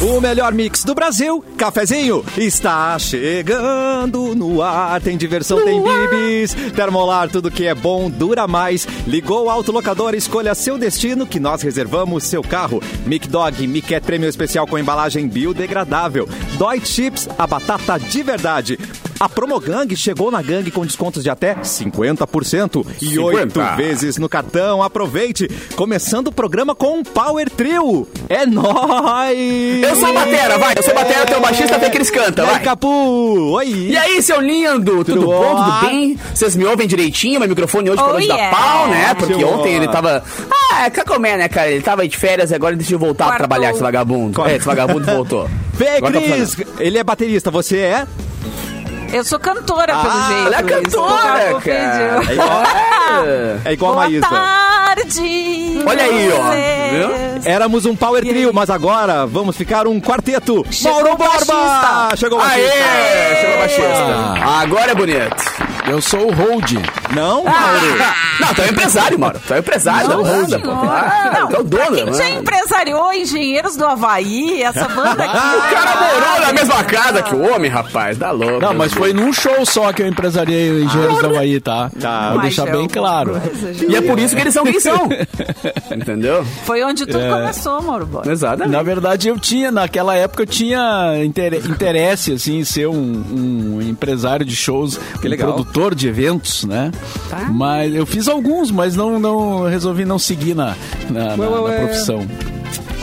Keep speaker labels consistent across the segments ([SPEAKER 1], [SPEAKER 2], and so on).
[SPEAKER 1] o melhor mix do Brasil, cafezinho está chegando no ar. Tem diversão, tem bibis, termolar, tudo que é bom dura mais. Ligou o autolocador, escolha seu destino que nós reservamos seu carro. Mic Dog, Mic é prêmio especial com embalagem biodegradável. Dói Chips, a batata de verdade. A Promogang chegou na gangue com descontos de até 50% e 8
[SPEAKER 2] 50.
[SPEAKER 1] vezes no cartão. Aproveite! Começando o programa com um Power Trio. É nóis!
[SPEAKER 3] Eu sou a batera, vai. Eu sou a batera, teu baixista, até que eles
[SPEAKER 1] E
[SPEAKER 3] cantam,
[SPEAKER 1] aí,
[SPEAKER 3] vai.
[SPEAKER 1] Capu! Oi!
[SPEAKER 3] E aí, seu lindo? Tudo,
[SPEAKER 1] Tudo
[SPEAKER 3] bom?
[SPEAKER 1] ó?
[SPEAKER 3] Tudo bem? Vocês me ouvem direitinho? Meu microfone hoje
[SPEAKER 4] Oh,
[SPEAKER 3] parou de dar
[SPEAKER 4] yeah.
[SPEAKER 3] pau, né? Porque
[SPEAKER 1] Seu
[SPEAKER 3] ontem
[SPEAKER 1] ó.
[SPEAKER 3] ele tava... Ah, é cacomé, né, cara? Ele tava de férias e agora ele decidiu voltar
[SPEAKER 4] Quartou.
[SPEAKER 3] a trabalhar, esse vagabundo.
[SPEAKER 1] Quartou.
[SPEAKER 3] É, esse vagabundo voltou.
[SPEAKER 1] Vê,
[SPEAKER 3] Agora tá
[SPEAKER 1] Cris! Ele é baterista, você é?
[SPEAKER 4] Eu sou cantora, pelo jeito. tá,
[SPEAKER 3] Ela é cantora,
[SPEAKER 4] Estou
[SPEAKER 3] cara.
[SPEAKER 4] confundindo.
[SPEAKER 1] É igual,
[SPEAKER 3] É.
[SPEAKER 1] é igual a
[SPEAKER 4] um- Boa
[SPEAKER 1] Maísa.
[SPEAKER 4] tarde.
[SPEAKER 3] Olha aí, ó. É,
[SPEAKER 4] vocês.
[SPEAKER 1] Éramos um Power
[SPEAKER 4] E aí?
[SPEAKER 1] Trio, mas agora vamos ficar um quarteto.
[SPEAKER 4] Chegou
[SPEAKER 1] Mauro
[SPEAKER 4] o baixista.
[SPEAKER 1] Borba! Chegou o
[SPEAKER 3] Aê!
[SPEAKER 1] baixista.
[SPEAKER 3] Chegou o baixista.
[SPEAKER 4] Ah.
[SPEAKER 3] Agora é bonito.
[SPEAKER 2] Eu sou o Hold.
[SPEAKER 1] Não, Mauro?
[SPEAKER 4] Ah.
[SPEAKER 3] Não, tu é um empresário, mano. Tu é um empresário
[SPEAKER 4] Não,
[SPEAKER 3] da banda, pô.
[SPEAKER 4] senhor.
[SPEAKER 3] Ah,
[SPEAKER 4] Não,
[SPEAKER 3] tu é o dono,
[SPEAKER 4] Quem já
[SPEAKER 3] mano.
[SPEAKER 4] empresariou Engenheiros do Havaí, essa banda aqui.
[SPEAKER 3] Ah, O cara morou na mesma casa que o homem, rapaz. Dá louco.
[SPEAKER 2] Não,
[SPEAKER 3] meu
[SPEAKER 2] mas
[SPEAKER 3] Deus.
[SPEAKER 2] foi num show só que eu empresariei o Engenheiros do Havaí, tá?
[SPEAKER 1] Tá.
[SPEAKER 2] Vou
[SPEAKER 4] Mas
[SPEAKER 2] deixar
[SPEAKER 4] é
[SPEAKER 2] bem
[SPEAKER 4] uma
[SPEAKER 2] claro.
[SPEAKER 4] coisa, gente.
[SPEAKER 3] E é por isso que eles são quem são. Entendeu?
[SPEAKER 4] Foi onde tudo
[SPEAKER 2] É.
[SPEAKER 4] começou, Morbo.
[SPEAKER 3] Exatamente.
[SPEAKER 2] Na verdade, eu tinha, naquela época, eu tinha inter- interesse, assim, em ser um, um empresário de shows, um
[SPEAKER 1] legal.
[SPEAKER 2] produtor de eventos, né?
[SPEAKER 4] Tá.
[SPEAKER 2] Mas eu fiz alguns, mas não, não resolvi não seguir na, na, na- na profissão.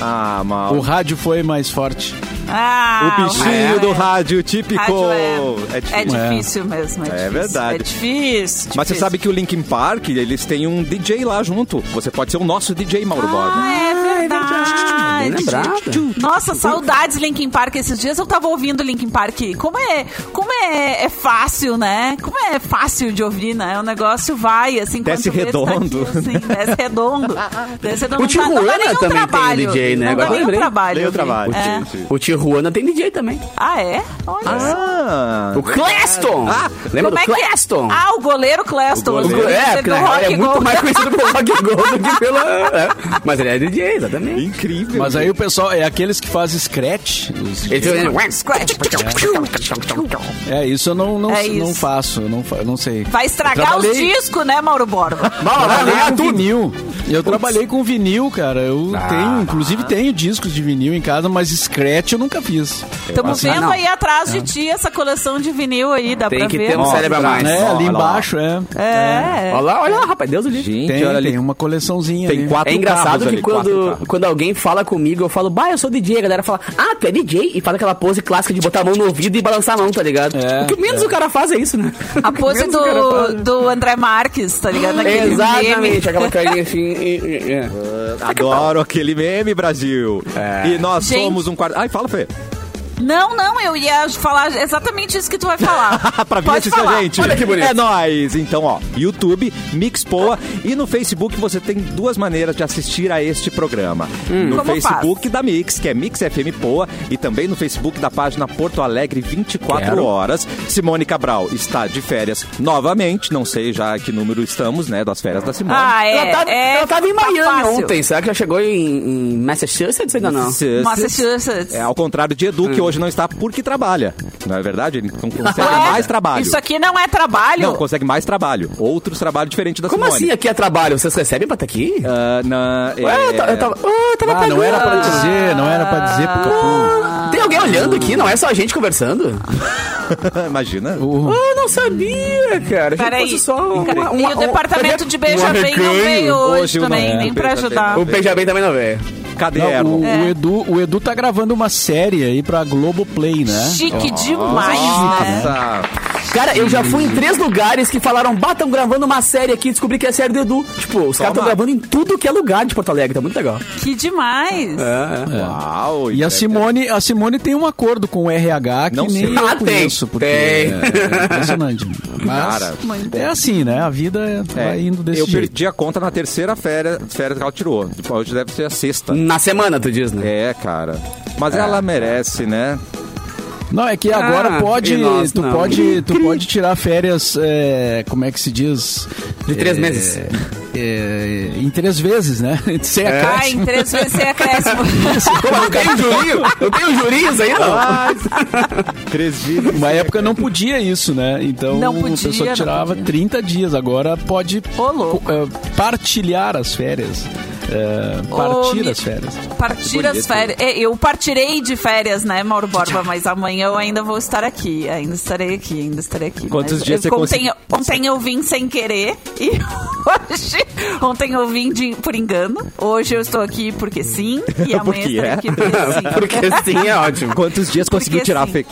[SPEAKER 1] Ah,
[SPEAKER 2] O
[SPEAKER 1] Mauro.
[SPEAKER 2] rádio foi mais forte.
[SPEAKER 3] Né?
[SPEAKER 4] Ah,
[SPEAKER 1] O bichinho
[SPEAKER 4] rádio
[SPEAKER 1] do
[SPEAKER 4] é-
[SPEAKER 1] rádio típico.
[SPEAKER 4] rádio é,
[SPEAKER 1] É
[SPEAKER 4] é
[SPEAKER 1] típico.
[SPEAKER 4] difícil mesmo. É, difícil.
[SPEAKER 1] verdade.
[SPEAKER 4] É difícil.
[SPEAKER 1] Mas você
[SPEAKER 4] difícil.
[SPEAKER 1] sabe que o Linkin Park, eles têm um DJ lá junto. Você pode ser o nosso DJ, Mauro Borba.
[SPEAKER 4] Ah, é verdade.
[SPEAKER 3] Bem lembrado.
[SPEAKER 4] Nossa, saudades Linkin Park. Esses dias eu tava ouvindo Linkin Park. Como é, como é, é fácil, né? Como é fácil de ouvir, né? O negócio vai, assim, quando
[SPEAKER 1] Desce
[SPEAKER 4] tu vê, tu
[SPEAKER 1] redondo.
[SPEAKER 4] Tá aqui, assim, desce redondo. Desce
[SPEAKER 3] O
[SPEAKER 4] redondo. Não dá- não dá
[SPEAKER 3] Tijuana
[SPEAKER 4] nenhum
[SPEAKER 3] também tem
[SPEAKER 4] trabalho.
[SPEAKER 3] DJ, né?
[SPEAKER 4] Não
[SPEAKER 3] Agora
[SPEAKER 4] dá nenhum
[SPEAKER 3] lembrei.
[SPEAKER 4] trabalho.
[SPEAKER 1] Dei o
[SPEAKER 4] ouvir.
[SPEAKER 1] trabalho.
[SPEAKER 4] É.
[SPEAKER 3] O Tijuana tem DJ também.
[SPEAKER 4] Ah, é? Olha só.
[SPEAKER 1] Ah.
[SPEAKER 3] O Cleston!
[SPEAKER 1] Ah,
[SPEAKER 3] Lembra do
[SPEAKER 4] Como é que é?
[SPEAKER 3] Cleston?
[SPEAKER 4] Ah, o goleiro Cleston.
[SPEAKER 1] O
[SPEAKER 3] O
[SPEAKER 1] goleiro.
[SPEAKER 3] Cle-
[SPEAKER 4] Assim,
[SPEAKER 3] É,
[SPEAKER 4] do
[SPEAKER 3] porque na real, ele é
[SPEAKER 4] rock
[SPEAKER 3] muito
[SPEAKER 4] gold.
[SPEAKER 3] mais conhecido pelo rock and roll do que pela... é. Mas ele é DJ, exatamente.
[SPEAKER 1] Incrível.
[SPEAKER 2] Mas aí o pessoal, é aqueles que fazem scratch. os-
[SPEAKER 3] Ele um tem
[SPEAKER 4] Scratch.
[SPEAKER 2] É, isso eu não, não,
[SPEAKER 4] É
[SPEAKER 2] não
[SPEAKER 4] isso.
[SPEAKER 2] faço, eu não, fa- eu não sei.
[SPEAKER 4] Vai estragar os
[SPEAKER 2] trabalhei-
[SPEAKER 4] discos, né, Mauro
[SPEAKER 3] Bala,
[SPEAKER 4] Borba?
[SPEAKER 3] vai
[SPEAKER 2] trabalhei
[SPEAKER 3] ganhar
[SPEAKER 2] com
[SPEAKER 3] tudo.
[SPEAKER 2] vinil. Eu trabalhei com vinil, cara. Eu
[SPEAKER 1] Ah, tá.
[SPEAKER 2] tenho, inclusive tenho discos de vinil em casa, mas scratch eu nunca fiz.
[SPEAKER 1] Ah,
[SPEAKER 4] Estamos
[SPEAKER 3] assim,
[SPEAKER 4] vendo
[SPEAKER 3] não.
[SPEAKER 4] aí atrás de ti essa coleção de vinil aí, dá
[SPEAKER 3] Tem
[SPEAKER 4] pra
[SPEAKER 3] que
[SPEAKER 4] ver.
[SPEAKER 3] ter um cérebro a mais.
[SPEAKER 2] É, ali
[SPEAKER 1] olha lá.
[SPEAKER 2] embaixo, é.
[SPEAKER 4] É.
[SPEAKER 3] Olha lá, olha lá, rapaz, Deus do livro.
[SPEAKER 1] Gente,
[SPEAKER 2] Tem,
[SPEAKER 1] olha
[SPEAKER 2] tem
[SPEAKER 1] ali.
[SPEAKER 2] uma coleçãozinha
[SPEAKER 1] Tem
[SPEAKER 2] ali.
[SPEAKER 1] quatro
[SPEAKER 3] É engraçado
[SPEAKER 1] carros
[SPEAKER 3] que
[SPEAKER 1] ali, quatro
[SPEAKER 3] quando,
[SPEAKER 1] carros.
[SPEAKER 3] quando alguém fala comigo, eu falo, bah, eu sou DJ, a galera fala, ah, tu é DJ? E faz aquela pose clássica de botar a mão no ouvido e balançar a mão, tá ligado?
[SPEAKER 2] É,
[SPEAKER 3] o que menos o cara faz é isso, né?
[SPEAKER 4] A
[SPEAKER 3] O que
[SPEAKER 4] pose
[SPEAKER 3] menos o cara faz.
[SPEAKER 4] do, do André Marques, tá ligado? Aquele meme.
[SPEAKER 3] Exatamente, aquela carinha assim. e- e- é.
[SPEAKER 1] Adoro aquele meme, Brasil. E nós
[SPEAKER 4] Gente.
[SPEAKER 1] somos um quarto. Ai, fala, Fê.
[SPEAKER 4] Não, não, eu ia falar exatamente isso que tu vai falar.
[SPEAKER 1] Ah, pra vir
[SPEAKER 4] Pode
[SPEAKER 1] assistir
[SPEAKER 4] falar.
[SPEAKER 1] a gente.
[SPEAKER 3] Olha que bonito.
[SPEAKER 1] É nóis. Então, ó, YouTube, Mixpoa e no Facebook você tem duas maneiras de assistir a este programa. No
[SPEAKER 4] Hum. Como
[SPEAKER 1] Facebook da Mix, que é Mix FM Poa, e também no Facebook da página Porto Alegre 24
[SPEAKER 3] Quero.
[SPEAKER 1] horas. Simone Cabral está de férias novamente, não sei já que número estamos, né, das férias da Simone.
[SPEAKER 4] Ah, é.
[SPEAKER 3] ela, tava,
[SPEAKER 4] é,
[SPEAKER 3] ela tava em
[SPEAKER 4] tá
[SPEAKER 3] Miami
[SPEAKER 4] fácil.
[SPEAKER 3] ontem, será que ela chegou em, em Massachusetts ainda não?
[SPEAKER 4] Massachusetts.
[SPEAKER 1] É ao contrário de Edu, que
[SPEAKER 3] Hum.
[SPEAKER 1] hoje não está porque trabalha. Não é verdade? Ele não
[SPEAKER 3] Ah,
[SPEAKER 1] consegue
[SPEAKER 3] é
[SPEAKER 4] Ué,
[SPEAKER 1] mais trabalho.
[SPEAKER 4] Isso aqui não é trabalho.
[SPEAKER 1] Não, consegue mais trabalho. Outros trabalhos diferentes da
[SPEAKER 3] Como
[SPEAKER 1] Simone.
[SPEAKER 3] assim aqui é trabalho? Vocês recebem pra estar aqui?
[SPEAKER 1] Ah, na,
[SPEAKER 3] Ué,
[SPEAKER 1] é-
[SPEAKER 3] eu, ta- eu tava. Ah, eu tava
[SPEAKER 2] Ah, não
[SPEAKER 3] pagando.
[SPEAKER 2] era pra dizer, não era pra dizer pro Capu.
[SPEAKER 3] Tem alguém olhando aqui? Não é só a gente conversando?
[SPEAKER 1] Imagina.
[SPEAKER 3] Ah, eu não sabia, cara. Achei que
[SPEAKER 4] Peraí.
[SPEAKER 3] fosse só uma-
[SPEAKER 4] Cara,
[SPEAKER 3] uma-
[SPEAKER 4] e o
[SPEAKER 3] uma-
[SPEAKER 4] departamento de
[SPEAKER 3] um
[SPEAKER 4] Beija-Bem não
[SPEAKER 3] arreganho.
[SPEAKER 4] veio hoje,
[SPEAKER 1] Hoje não
[SPEAKER 4] também,
[SPEAKER 1] é.
[SPEAKER 4] nem pra
[SPEAKER 1] Beija-Bem.
[SPEAKER 4] ajudar.
[SPEAKER 3] O Benjamin também não veio.
[SPEAKER 1] Cadê
[SPEAKER 2] Não,
[SPEAKER 1] Erlon?
[SPEAKER 2] o,
[SPEAKER 4] É.
[SPEAKER 2] o Edu, o Edu tá gravando uma série aí pra Globoplay, né?
[SPEAKER 4] Chique
[SPEAKER 3] Ah,
[SPEAKER 4] demais,
[SPEAKER 3] é?
[SPEAKER 4] né?
[SPEAKER 1] Nossa.
[SPEAKER 3] Cara, eu já fui em três lugares que falaram, bah, tão gravando uma série aqui, descobri que é a série do Edu. Tipo, os caras estão gravando em tudo que é lugar de Porto Alegre, tá muito legal.
[SPEAKER 4] Que demais.
[SPEAKER 3] É.
[SPEAKER 1] Uau.
[SPEAKER 2] É. E a Simone, a Simone tem um acordo com o RH que
[SPEAKER 1] é, Não
[SPEAKER 2] nem
[SPEAKER 1] sei.
[SPEAKER 2] eu
[SPEAKER 3] Ah, tem.
[SPEAKER 2] conheço, porque
[SPEAKER 3] Tem.
[SPEAKER 2] é impressionante. Mas
[SPEAKER 1] Cara. é.
[SPEAKER 2] é assim, né? A vida vai indo desse
[SPEAKER 1] eu
[SPEAKER 2] jeito.
[SPEAKER 1] perdi a conta na terceira férias, férias que ela tirou. Tipo, Hoje deve ser a sexta.
[SPEAKER 3] Na semana, tu diz, né?
[SPEAKER 1] É, cara. Mas ela merece, né?
[SPEAKER 2] Não, é que agora
[SPEAKER 3] Ah,
[SPEAKER 2] pode,
[SPEAKER 3] e nós
[SPEAKER 2] tu
[SPEAKER 3] não.
[SPEAKER 2] pode, tu pode tirar férias, é, como é que se diz?
[SPEAKER 3] De três meses.
[SPEAKER 2] é, em três vezes, né? Sem
[SPEAKER 4] É. Ah,
[SPEAKER 2] acréscimo.
[SPEAKER 4] em três vezes sem acréscimo.
[SPEAKER 3] Como, não tem jurinho? Não tem os jurinhos aí, não?
[SPEAKER 4] Ah,
[SPEAKER 5] Três vezes.
[SPEAKER 2] Uma época não podia isso, né? Então
[SPEAKER 4] Não podia,
[SPEAKER 2] a pessoa
[SPEAKER 4] não
[SPEAKER 2] tirava
[SPEAKER 4] podia.
[SPEAKER 2] 30 dias, agora pode
[SPEAKER 4] Ô, louco.
[SPEAKER 2] co- eh, partilhar as férias. eh, partir
[SPEAKER 4] mi-
[SPEAKER 2] as férias.
[SPEAKER 4] Partir as férias. É, eu partirei de férias, né, Mauro Borba? Mas amanhã eu ainda vou estar aqui. Ainda estarei aqui, ainda estarei aqui.
[SPEAKER 5] Quantos
[SPEAKER 4] Mas
[SPEAKER 5] dias
[SPEAKER 4] eu-
[SPEAKER 5] você
[SPEAKER 4] ontem,
[SPEAKER 5] conseguiu?
[SPEAKER 4] eu- ontem eu vim sem querer e hoje. Ontem eu vim de- por engano. Hoje eu estou aqui porque sim. E amanhã eu
[SPEAKER 5] Porque
[SPEAKER 4] estarei
[SPEAKER 5] é.
[SPEAKER 4] aqui porque sim.
[SPEAKER 3] Porque sim, é ótimo.
[SPEAKER 5] Quantos dias conseguiu
[SPEAKER 4] Porque
[SPEAKER 5] tirar,
[SPEAKER 4] assim,
[SPEAKER 5] Fê?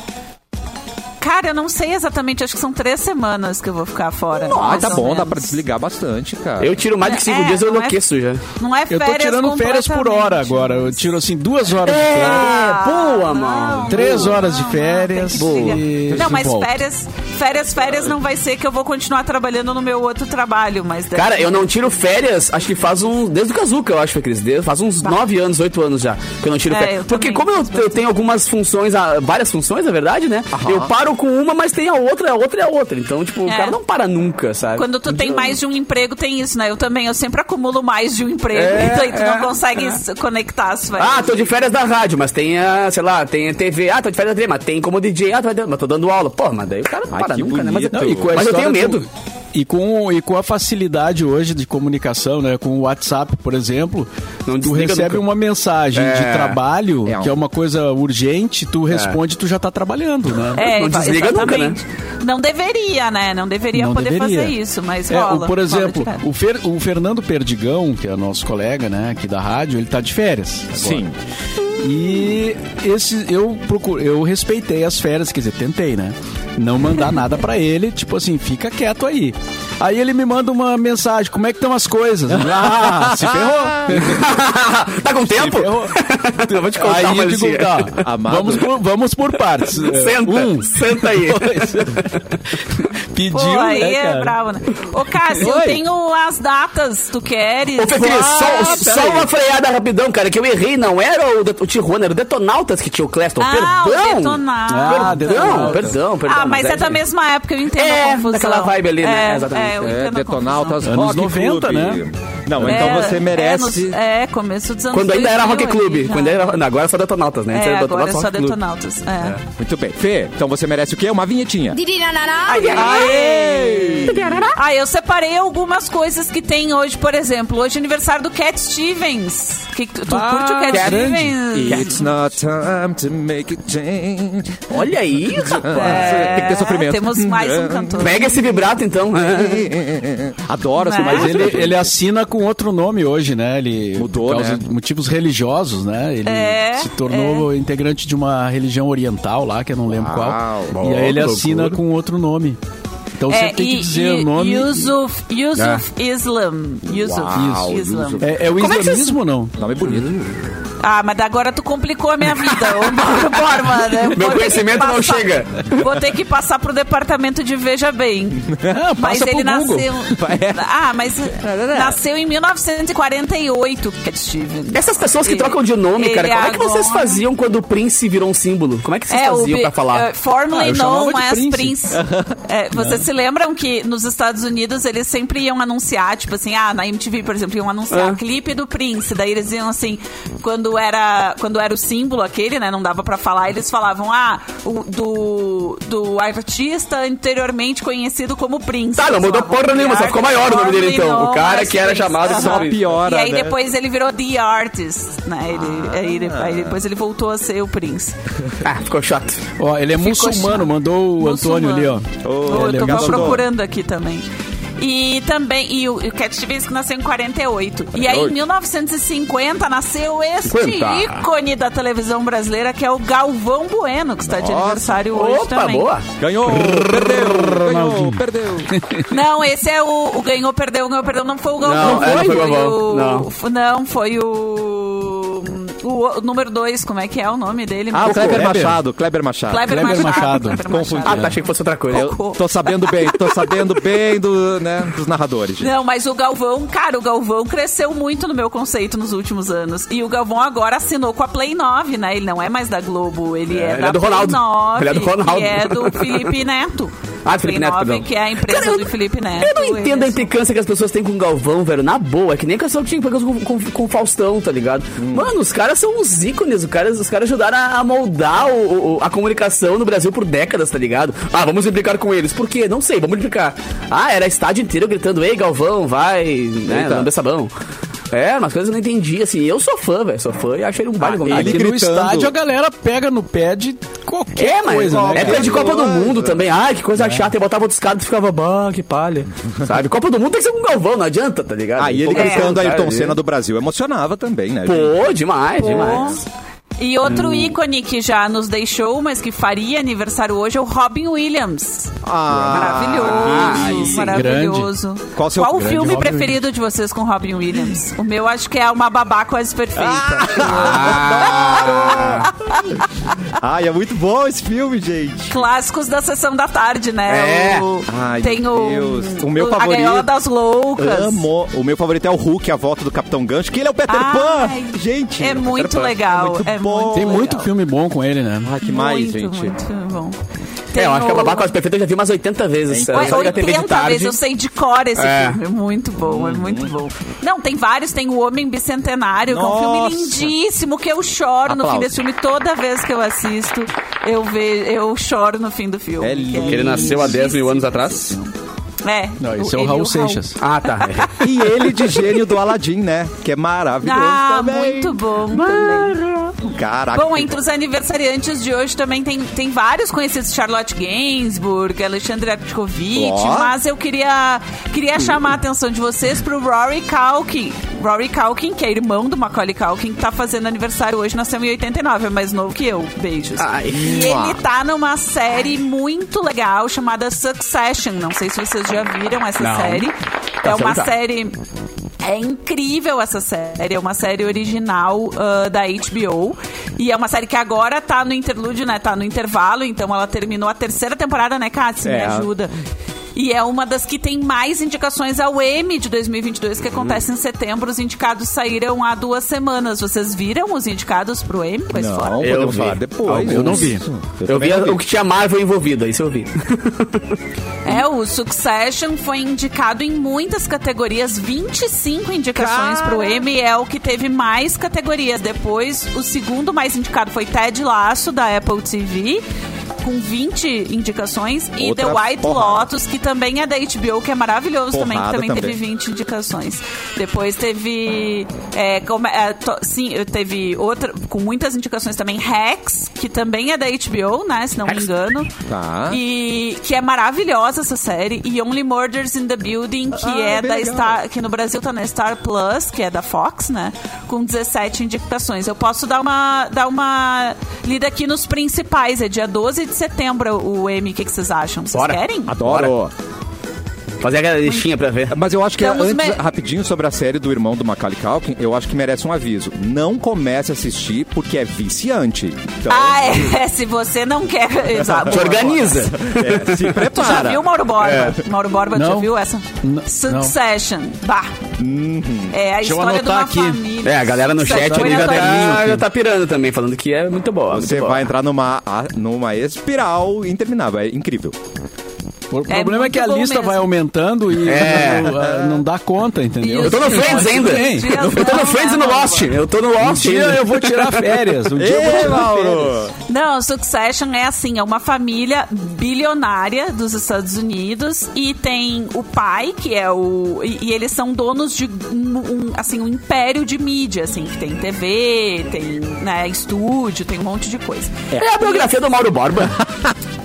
[SPEAKER 4] Cara, eu não sei exatamente, acho que são três semanas que eu vou ficar fora.
[SPEAKER 5] Ah,
[SPEAKER 4] mais
[SPEAKER 5] tá
[SPEAKER 4] ou
[SPEAKER 5] bom, dá
[SPEAKER 4] menos.
[SPEAKER 5] pra desligar bastante, cara.
[SPEAKER 3] Eu tiro mais de cinco
[SPEAKER 4] É,
[SPEAKER 3] dias, eu
[SPEAKER 4] não é-
[SPEAKER 3] enlouqueço já.
[SPEAKER 4] Não é
[SPEAKER 2] Eu
[SPEAKER 4] férias
[SPEAKER 2] tô tirando férias por hora
[SPEAKER 4] completamente.
[SPEAKER 2] agora. Eu tiro assim duas horas de férias.
[SPEAKER 3] É,
[SPEAKER 4] Ah,
[SPEAKER 3] boa, mano.
[SPEAKER 2] Três horas de
[SPEAKER 4] Tem
[SPEAKER 2] férias.
[SPEAKER 4] que desligar.
[SPEAKER 2] e
[SPEAKER 4] Não, mas
[SPEAKER 2] volto.
[SPEAKER 4] férias, férias, férias não vai ser que eu vou continuar trabalhando no meu outro trabalho, mas daí-
[SPEAKER 3] Cara, eu não tiro férias, acho que faz um. Desde o Kazuca, eu acho, Cris. Desde, faz uns nove anos, oito anos já que eu não tiro
[SPEAKER 4] É,
[SPEAKER 3] férias.
[SPEAKER 4] eu
[SPEAKER 3] Porque
[SPEAKER 4] também,
[SPEAKER 3] como eu,
[SPEAKER 4] faz
[SPEAKER 3] eu tenho algumas funções, ah, várias funções, na verdade, né? Eu paro com uma, mas tem a outra, a outra e a outra. Então, tipo, o
[SPEAKER 4] É.
[SPEAKER 3] cara não para nunca, sabe?
[SPEAKER 4] Quando tu tem mais de um emprego, tem isso, né? Eu também, eu sempre acumulo mais de um emprego.
[SPEAKER 2] É,
[SPEAKER 4] e daí tu não consegue se conectar as férias.
[SPEAKER 3] Ah, tô de férias da rádio, mas tem a, sei lá, tem a TV. Ah, tô de férias da TV, mas tem como DJ. Ah, tô, mas tô dando aula. Pô, mas daí o cara não
[SPEAKER 5] Ai,
[SPEAKER 3] para
[SPEAKER 5] que
[SPEAKER 3] nunca, né? Mas, eu-
[SPEAKER 5] bonito.
[SPEAKER 3] e com a um mas eu tenho
[SPEAKER 2] história
[SPEAKER 3] medo.
[SPEAKER 2] do- e, com, e com a facilidade hoje de comunicação, né? Com o WhatsApp, por exemplo,
[SPEAKER 3] Não
[SPEAKER 2] tu
[SPEAKER 3] desliga
[SPEAKER 2] recebe
[SPEAKER 3] nunca.
[SPEAKER 2] uma mensagem de trabalho,
[SPEAKER 5] É.
[SPEAKER 2] que é uma coisa urgente,
[SPEAKER 3] É.
[SPEAKER 2] tu responde, tu já tá trabalhando, né?
[SPEAKER 4] É,
[SPEAKER 3] não
[SPEAKER 4] exa-
[SPEAKER 3] desliga nunca, né?
[SPEAKER 4] exatamente. Não deveria, né? Não deveria
[SPEAKER 2] Não
[SPEAKER 4] poder
[SPEAKER 2] deveria.
[SPEAKER 4] fazer isso, mas
[SPEAKER 2] É,
[SPEAKER 4] rola.
[SPEAKER 2] o- por
[SPEAKER 4] rola
[SPEAKER 2] exemplo,
[SPEAKER 4] direto.
[SPEAKER 2] o, Fer- o Fernando Perdigão, que é nosso colega, né, aqui da rádio, ele tá de férias. agora.
[SPEAKER 5] Sim.
[SPEAKER 2] E esse eu procurei, eu respeitei as férias, quer dizer, tentei, né? Não mandar nada pra ele, tipo assim, fica quieto aí. Aí ele me manda uma mensagem, como é que estão as coisas? Ah, se ferrou.
[SPEAKER 3] tá com tempo?
[SPEAKER 2] ferrou.
[SPEAKER 3] eu vou te contar
[SPEAKER 2] aí
[SPEAKER 3] uma
[SPEAKER 2] eu digo,
[SPEAKER 3] assim.
[SPEAKER 2] tá,
[SPEAKER 5] Amado.
[SPEAKER 2] vamos por, vamos por partes.
[SPEAKER 3] Senta,
[SPEAKER 2] Um,
[SPEAKER 3] senta aí.
[SPEAKER 2] dois. Pediu,
[SPEAKER 4] Pô, aí
[SPEAKER 2] né,
[SPEAKER 4] é
[SPEAKER 2] cara?
[SPEAKER 4] bravo, né? Ô, Cássio, eu
[SPEAKER 2] Oi.
[SPEAKER 4] tenho as datas, tu queres?
[SPEAKER 3] Ô, Fê Cris, só,
[SPEAKER 2] Ah,
[SPEAKER 3] só
[SPEAKER 2] peraí.
[SPEAKER 3] uma freada rapidão, cara, que eu errei, não era o, det- o Tijuana, era o Detonautas que tinha o Cleston.
[SPEAKER 4] Ah, o
[SPEAKER 3] perdão!
[SPEAKER 4] Detonautas.
[SPEAKER 3] Perdão,
[SPEAKER 2] Ah, Detonautas.
[SPEAKER 3] perdão, perdão.
[SPEAKER 4] ah, mas é, da
[SPEAKER 3] que-
[SPEAKER 4] mesma época, eu entendo
[SPEAKER 3] É,
[SPEAKER 4] a confusão.
[SPEAKER 3] daquela vibe ali, né?
[SPEAKER 4] É,
[SPEAKER 3] Exatamente. tá-
[SPEAKER 4] É, eu
[SPEAKER 5] É,
[SPEAKER 4] entendo a confusão.
[SPEAKER 5] Detonautas
[SPEAKER 2] Anos
[SPEAKER 5] Rock
[SPEAKER 2] 90,
[SPEAKER 5] Club.
[SPEAKER 2] né?
[SPEAKER 5] Não,
[SPEAKER 4] É,
[SPEAKER 5] então você
[SPEAKER 4] é,
[SPEAKER 5] merece...
[SPEAKER 4] nos- É, começo dos anos
[SPEAKER 3] Quando ainda era Rock
[SPEAKER 4] 2000 ali,
[SPEAKER 3] Club.
[SPEAKER 4] né?
[SPEAKER 3] Quando era, não, agora é só Detonautas, né? Antes
[SPEAKER 4] É,
[SPEAKER 3] era
[SPEAKER 4] agora é só
[SPEAKER 3] Rock Club.
[SPEAKER 4] Detonautas. É.
[SPEAKER 5] Muito bem. Fê, então você merece o quê? Uma vinhetinha.
[SPEAKER 4] Aê! Ah, eu separei algumas coisas que tem hoje, por exemplo, hoje é aniversário do Cat Stevens. Que, que- é tu
[SPEAKER 2] Ah,
[SPEAKER 4] curte o Cat
[SPEAKER 2] Cat
[SPEAKER 4] Stevens?
[SPEAKER 5] It's not time to make a change.
[SPEAKER 3] Olha
[SPEAKER 4] É,
[SPEAKER 3] aí, rapaz.
[SPEAKER 5] Tem que ter sofrimento.
[SPEAKER 4] Temos mais
[SPEAKER 2] Hum,
[SPEAKER 4] um cantor.
[SPEAKER 3] Pega esse vibrato, então.
[SPEAKER 5] Adoro,
[SPEAKER 4] Né?
[SPEAKER 5] mas
[SPEAKER 2] Mas
[SPEAKER 5] ele... é assim,
[SPEAKER 2] ele, ele assina com outro nome hoje, né? Ele,
[SPEAKER 5] Ah, Mudou,
[SPEAKER 2] por causa
[SPEAKER 5] né?
[SPEAKER 2] de motivos religiosos, né? Ele
[SPEAKER 4] É,
[SPEAKER 2] se tornou integrante de uma religião oriental lá, que eu não lembro
[SPEAKER 5] Uau,
[SPEAKER 2] qual. E aí ele assina com outro nome. Então
[SPEAKER 4] É,
[SPEAKER 2] você tem que dizer o nome. Ah.
[SPEAKER 4] Yusuf, Yusuf Islam. Yusuf
[SPEAKER 5] Uau,
[SPEAKER 4] Islam.
[SPEAKER 5] Yusuf.
[SPEAKER 2] É, é o
[SPEAKER 4] Como é que vocês-
[SPEAKER 2] islamismo ou não?
[SPEAKER 5] Nome bonito.
[SPEAKER 4] Ah, mas agora tu complicou a minha vida, ô Mauro Borba, né? Vou ter
[SPEAKER 3] Meu
[SPEAKER 4] que
[SPEAKER 3] conhecimento não
[SPEAKER 4] passar-
[SPEAKER 3] chega.
[SPEAKER 4] Vou ter que passar pro departamento de Veja Bem.
[SPEAKER 2] Ah,
[SPEAKER 4] Mas
[SPEAKER 2] passa
[SPEAKER 4] ele
[SPEAKER 2] pro Google.
[SPEAKER 4] nasceu. Ah, mas nasceu em 1948, Cat Stevens.
[SPEAKER 3] Essas pessoas que
[SPEAKER 4] Ele-
[SPEAKER 3] trocam de nome, cara,
[SPEAKER 4] ele
[SPEAKER 3] como é que vocês
[SPEAKER 4] agora-
[SPEAKER 3] faziam quando o Prince virou um símbolo? Como é que vocês
[SPEAKER 4] É, o
[SPEAKER 3] faziam
[SPEAKER 4] Bi-
[SPEAKER 3] pra falar?
[SPEAKER 4] eh, formerly
[SPEAKER 2] Ah, eu chamava
[SPEAKER 4] known
[SPEAKER 2] de
[SPEAKER 4] as Prince.
[SPEAKER 2] Prince.
[SPEAKER 4] É, vocês se lembram que nos Estados Unidos eles sempre iam anunciar, tipo assim, ah, na MTV, por exemplo, iam anunciar
[SPEAKER 2] É.
[SPEAKER 3] Ah.
[SPEAKER 4] clipe do Prince. Daí eles iam assim, quando era, quando era o símbolo aquele, né? Não dava pra falar, eles falavam, ah, o- do, do artista anteriormente conhecido como Prince.
[SPEAKER 3] Tá, não
[SPEAKER 4] Eles
[SPEAKER 3] mudou
[SPEAKER 4] falavam,
[SPEAKER 3] porra nenhuma, só ficou maior o nome dele,
[SPEAKER 4] formerly
[SPEAKER 3] então. O
[SPEAKER 4] known
[SPEAKER 3] cara
[SPEAKER 4] as
[SPEAKER 3] que era
[SPEAKER 4] Prince.
[SPEAKER 3] chamado só
[SPEAKER 4] Aham.
[SPEAKER 5] piora,
[SPEAKER 4] E aí
[SPEAKER 5] né?
[SPEAKER 4] depois ele virou The Artist, né? Ele,
[SPEAKER 2] Ah.
[SPEAKER 4] aí, ele- aí depois ele voltou a ser o Prince.
[SPEAKER 3] Ah, ficou chato.
[SPEAKER 2] Ó, ele é
[SPEAKER 4] Ficou
[SPEAKER 2] muçulmano,
[SPEAKER 4] chato.
[SPEAKER 2] mandou o Antônio ali, ó.
[SPEAKER 4] Muçulmano.
[SPEAKER 5] Ô,
[SPEAKER 4] eu
[SPEAKER 2] ele é
[SPEAKER 4] tô
[SPEAKER 5] Leonardo.
[SPEAKER 4] procurando aqui também. E também, e o, e o Cat Stevens que nasceu em 48. E aí, em 1950, nasceu este
[SPEAKER 3] 50.
[SPEAKER 4] ícone da televisão brasileira, que é o Galvão Bueno, que está de aniversário hoje
[SPEAKER 3] Opa,
[SPEAKER 4] também.
[SPEAKER 3] boa.
[SPEAKER 5] Ganhou, perdeu, ganhou,
[SPEAKER 2] Ronaldinho.
[SPEAKER 5] perdeu.
[SPEAKER 4] Não, esse é o, o Ganhou, Perdeu, Ganhou, Perdeu. Não foi o Galvão.
[SPEAKER 3] Não, é, não foi o Galvão,
[SPEAKER 4] o-
[SPEAKER 3] não.
[SPEAKER 4] f- não, foi o... O, o número 2, como é que é o nome dele?
[SPEAKER 5] Ah, o
[SPEAKER 4] mesmo?
[SPEAKER 5] Kleber
[SPEAKER 2] Kleber.
[SPEAKER 5] Machado, Kleber Machado.
[SPEAKER 4] Kleber,
[SPEAKER 2] Kleber
[SPEAKER 4] Machado.
[SPEAKER 2] Machado.
[SPEAKER 4] Kleber
[SPEAKER 5] Confundi.
[SPEAKER 3] Ah, tá, achei que fosse outra coisa.
[SPEAKER 4] Cocô.
[SPEAKER 5] Tô sabendo bem, tô sabendo bem do, né, dos narradores. gente.
[SPEAKER 4] Não, mas o Galvão, cara, o Galvão cresceu muito no meu conceito nos últimos anos. E o Galvão agora assinou com a Play 9, né? Ele não é mais da Globo, ele é,
[SPEAKER 3] ele
[SPEAKER 4] da
[SPEAKER 3] é do
[SPEAKER 4] Play
[SPEAKER 3] Ronaldo.
[SPEAKER 4] 9.
[SPEAKER 3] Ele é do Ronaldo.
[SPEAKER 4] E é do Felipe Neto.
[SPEAKER 3] Ah, Felipe Neto,
[SPEAKER 4] Renove,
[SPEAKER 3] perdão.
[SPEAKER 4] que é a empresa
[SPEAKER 3] Cara, eu-
[SPEAKER 4] do Felipe Neto.
[SPEAKER 3] Eu não entendo a
[SPEAKER 4] Eles-
[SPEAKER 3] implicância que as pessoas têm com o Galvão, velho. Na boa, é que nem que eu tinha implicância com, com, com o Faustão, tá ligado?
[SPEAKER 5] Hum.
[SPEAKER 3] Mano, os caras são uns ícones, os caras, os caras ajudaram a, a moldar o- o- a comunicação no Brasil por décadas, tá ligado? Ah, vamos implicar com eles. Por quê? Não sei, vamos implicar. Ah, era estádio inteiro gritando, ei, Galvão, vai, né,
[SPEAKER 5] Eita.
[SPEAKER 3] lamber sabão. É, umas coisas eu não entendi, assim. Eu sou fã, velho, sou fã e acho ele um baile
[SPEAKER 5] Ah, ele
[SPEAKER 2] Aqui
[SPEAKER 5] gritando.
[SPEAKER 2] no estádio a galera pega no pé de qualquer
[SPEAKER 3] É, mas
[SPEAKER 2] coisa, né?
[SPEAKER 3] é
[SPEAKER 2] cara?
[SPEAKER 3] coisa de Copa do
[SPEAKER 5] Coisa.
[SPEAKER 3] Mundo também. Ai, que coisa chata. E botava outros caras e ficava, bah, que palha. Sabe? Copa do Mundo tem que ser com o Galvão, não adianta, tá ligado?
[SPEAKER 5] Aí ele
[SPEAKER 3] Pouca
[SPEAKER 5] gritando
[SPEAKER 3] coisa,
[SPEAKER 5] Ayrton
[SPEAKER 3] cara,
[SPEAKER 5] Senna
[SPEAKER 3] ele-
[SPEAKER 5] do Brasil. Emocionava também, né? gente?
[SPEAKER 3] Pô, demais, demais. Hum.
[SPEAKER 4] E outro ícone que já nos deixou, mas que faria aniversário hoje, é o Robin Williams.
[SPEAKER 5] Ah,
[SPEAKER 3] aí
[SPEAKER 4] maravilhoso,
[SPEAKER 3] sim,
[SPEAKER 4] maravilhoso.
[SPEAKER 5] grande. Qual seu
[SPEAKER 4] o
[SPEAKER 5] grande
[SPEAKER 4] filme
[SPEAKER 2] Robin
[SPEAKER 4] preferido de vocês com Robin Williams? O meu acho que é Uma Babá Quase Perfeita.
[SPEAKER 3] Ah,
[SPEAKER 5] Ah! Ai, é muito bom esse filme, gente.
[SPEAKER 4] Clássicos da Sessão da Tarde, né?
[SPEAKER 3] É.
[SPEAKER 4] O,
[SPEAKER 5] Ai,
[SPEAKER 4] tem
[SPEAKER 5] meu
[SPEAKER 4] o,
[SPEAKER 5] Deus. O meu
[SPEAKER 4] A
[SPEAKER 5] favorito-
[SPEAKER 4] Gaiola das Loucas.
[SPEAKER 5] Amo. O meu favorito é o Hulk, a volta do Capitão Gancho, que ele é o Peter
[SPEAKER 4] Ai,
[SPEAKER 5] Pan. Gente,
[SPEAKER 4] é
[SPEAKER 5] o Peter
[SPEAKER 4] muito
[SPEAKER 5] Pan.
[SPEAKER 4] legal, é muito-
[SPEAKER 2] Tem
[SPEAKER 4] legal.
[SPEAKER 2] muito filme bom com ele, né?
[SPEAKER 5] Ah, que mais,
[SPEAKER 4] muito,
[SPEAKER 5] gente?
[SPEAKER 4] Muito bom.
[SPEAKER 3] É,
[SPEAKER 4] Tem
[SPEAKER 3] eu acho que a
[SPEAKER 4] o-
[SPEAKER 3] Babá Quase Perfeita eu já vi umas 80 vezes.
[SPEAKER 4] Ué,
[SPEAKER 3] Eu só ligo a TV de
[SPEAKER 4] 80 vezes,
[SPEAKER 3] tarde.
[SPEAKER 4] eu sei de cor esse
[SPEAKER 3] É.
[SPEAKER 4] filme. É muito bom,
[SPEAKER 5] Uhum.
[SPEAKER 4] é muito bom. Não, tem vários, tem O Homem Bicentenário, que é um
[SPEAKER 5] Nossa.
[SPEAKER 4] filme lindíssimo, que eu choro no fim
[SPEAKER 5] Aplausos.
[SPEAKER 4] desse filme. Toda vez que eu assisto, eu, ve eu choro no fim do filme. que
[SPEAKER 5] É lindo.
[SPEAKER 3] Ele nasceu há 10 mil anos atrás.
[SPEAKER 4] É.
[SPEAKER 2] Não, esse é o
[SPEAKER 4] ele e
[SPEAKER 2] Raul Seixas.
[SPEAKER 3] Ah, tá.
[SPEAKER 5] E ele de gênio do Aladdin, né? Que é maravilhoso
[SPEAKER 4] Ah,
[SPEAKER 5] também.
[SPEAKER 4] muito bom também.
[SPEAKER 5] Caraca.
[SPEAKER 4] Bom, entre os aniversariantes de hoje também tem, tem vários conhecidos, Charlotte Gainsbourg, Alexandre Aptkovic,
[SPEAKER 5] Ó.
[SPEAKER 4] mas eu queria, queria chamar a atenção de vocês pro Rory Calkin. Rory Calkin, que é irmão do Macaulay Calkin, que tá fazendo aniversário hoje, nasceu em 89, é mais novo que eu. Beijos.
[SPEAKER 3] Ai.
[SPEAKER 4] E ele tá numa série muito legal chamada Succession. Não sei se vocês já viram essa
[SPEAKER 2] Não.
[SPEAKER 4] série. É
[SPEAKER 3] Tá
[SPEAKER 4] uma
[SPEAKER 3] certo.
[SPEAKER 4] série. É incrível essa série. É uma série original ah, da HBO. E é uma série que agora tá no interlúdio, né? Tá no intervalo. Então ela terminou a terceira temporada, né, Cássio? Me
[SPEAKER 5] É.
[SPEAKER 4] ajuda. E é uma das que tem mais indicações ao M de 2022, que acontece em setembro. Os indicados saíram há duas semanas. Vocês viram os indicados pro M? Pois
[SPEAKER 5] Não,
[SPEAKER 4] fora.
[SPEAKER 3] Eu
[SPEAKER 5] podemos
[SPEAKER 3] vi.
[SPEAKER 5] falar depois.
[SPEAKER 2] Eu não vi.
[SPEAKER 5] Eu,
[SPEAKER 3] Eu vi
[SPEAKER 5] também não
[SPEAKER 3] o que tinha Marvel envolvido, isso eu vi.
[SPEAKER 4] É, o Succession foi indicado em muitas categorias, 25 indicações pro Emmy, é o que teve mais categorias. Depois, o segundo mais indicado foi Ted Lasso, da Apple TV, com 20 indicações, e The
[SPEAKER 5] Outra
[SPEAKER 4] White
[SPEAKER 5] porrada.
[SPEAKER 4] Lotus, que também é da HBO, que é maravilhoso também, que
[SPEAKER 5] Porrada
[SPEAKER 4] também,
[SPEAKER 5] também.
[SPEAKER 4] teve 20 indicações. Depois teve. é, como- é, to- sim, teve outra, com muitas indicações também, Rex, que também é da HBO, né? Se não me engano.
[SPEAKER 5] Tá.
[SPEAKER 4] E que é maravilhosa essa série. E Only Murders in the Building, que
[SPEAKER 5] Ah,
[SPEAKER 4] é
[SPEAKER 5] bem
[SPEAKER 4] da
[SPEAKER 5] legal.
[SPEAKER 4] Star. Que no Brasil tá na Star Plus, que é da Fox, né? Com 17 indicações. Eu posso dar uma, dar uma lida aqui nos principais. É dia 12 de setembro o M. O que, que vocês acham? Vocês
[SPEAKER 3] Bora.
[SPEAKER 4] querem?
[SPEAKER 5] Adoro.
[SPEAKER 3] Fazer aquela listinha pra ver.
[SPEAKER 5] Mas eu acho que é
[SPEAKER 4] Estamos
[SPEAKER 5] antes,
[SPEAKER 4] me-
[SPEAKER 5] rapidinho sobre a série do irmão do Macaulay Culkin, eu acho que merece um aviso. Não comece a assistir porque é viciante. Então,
[SPEAKER 4] Ah, é. Se você não quer. Exato.
[SPEAKER 3] Te organiza.
[SPEAKER 5] é, se prepara.
[SPEAKER 4] Tu já viu Mauro Borba? Mauro Borba, tu já
[SPEAKER 2] Não.
[SPEAKER 4] viu essa?
[SPEAKER 2] N-
[SPEAKER 4] Succession. Bah. É a
[SPEAKER 2] Deixa eu
[SPEAKER 4] história de
[SPEAKER 2] anotar
[SPEAKER 4] uma
[SPEAKER 2] aqui.
[SPEAKER 4] família.
[SPEAKER 3] É, a galera no
[SPEAKER 4] Succession
[SPEAKER 3] chat
[SPEAKER 4] foi
[SPEAKER 3] ali já
[SPEAKER 4] na tua-
[SPEAKER 3] tá, já tá pirando também, falando que é muito boa.
[SPEAKER 5] Você
[SPEAKER 3] muito boa.
[SPEAKER 5] vai entrar numa, a- numa espiral interminável. É incrível.
[SPEAKER 2] O problema é que a
[SPEAKER 4] muito bom
[SPEAKER 2] lista
[SPEAKER 4] mesmo.
[SPEAKER 2] vai aumentando e
[SPEAKER 3] É.
[SPEAKER 2] não, ah, não dá conta, entendeu?
[SPEAKER 4] E
[SPEAKER 3] Eu tô no
[SPEAKER 4] Sim,
[SPEAKER 3] Friends
[SPEAKER 4] eu
[SPEAKER 3] ainda.
[SPEAKER 4] acho que
[SPEAKER 3] Eu tô
[SPEAKER 4] não,
[SPEAKER 3] no Friends e no
[SPEAKER 4] né,
[SPEAKER 3] Lost. Eu tô no
[SPEAKER 2] Um
[SPEAKER 3] Lost.
[SPEAKER 2] dia eu vou tirar férias. Um dia eu
[SPEAKER 3] É.
[SPEAKER 2] vou
[SPEAKER 5] Ei,
[SPEAKER 2] tirar férias.
[SPEAKER 5] Mauro!
[SPEAKER 4] Não, Succession é assim, é uma família bilionária dos Estados Unidos e tem o pai, que é o... E, e eles são donos de, um, um, assim, um império de mídia, assim, que tem TV, tem, né, estúdio, tem um monte de coisa.
[SPEAKER 3] É a biografia do Mauro Borba.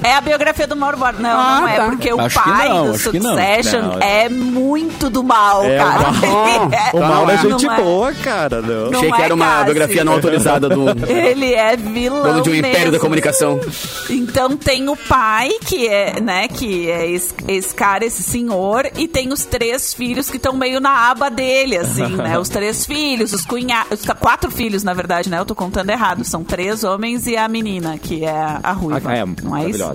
[SPEAKER 4] É a biografia do Mauro Borba. Não,
[SPEAKER 3] Ah,
[SPEAKER 4] não é,
[SPEAKER 3] tá.
[SPEAKER 4] porque o
[SPEAKER 2] Acho que
[SPEAKER 4] pai
[SPEAKER 2] não,
[SPEAKER 4] do
[SPEAKER 2] acho que não.
[SPEAKER 4] Succession
[SPEAKER 5] Não,
[SPEAKER 4] é muito do mal,
[SPEAKER 5] É,
[SPEAKER 4] cara.
[SPEAKER 3] o
[SPEAKER 4] Ele
[SPEAKER 5] O Mauro é
[SPEAKER 4] não
[SPEAKER 5] gente boa, cara. Não.
[SPEAKER 4] Não
[SPEAKER 3] Achei que
[SPEAKER 4] é
[SPEAKER 3] era uma
[SPEAKER 4] Cássio.
[SPEAKER 3] biografia não autorizada do
[SPEAKER 4] Ele é vilão
[SPEAKER 3] dono de um império
[SPEAKER 4] mesmo.
[SPEAKER 3] da comunicação.
[SPEAKER 4] Então tem o pai, que é, né, que é esse, esse cara, esse senhor, e tem os três filhos que estão meio na aba dele, assim, né? Os três filhos, os cunhados. Quatro filhos, na verdade, né? Eu tô contando errado. São três homens e a menina, que é a Ruiva.
[SPEAKER 5] Ah, é,
[SPEAKER 4] não é isso?
[SPEAKER 5] maravilhosa.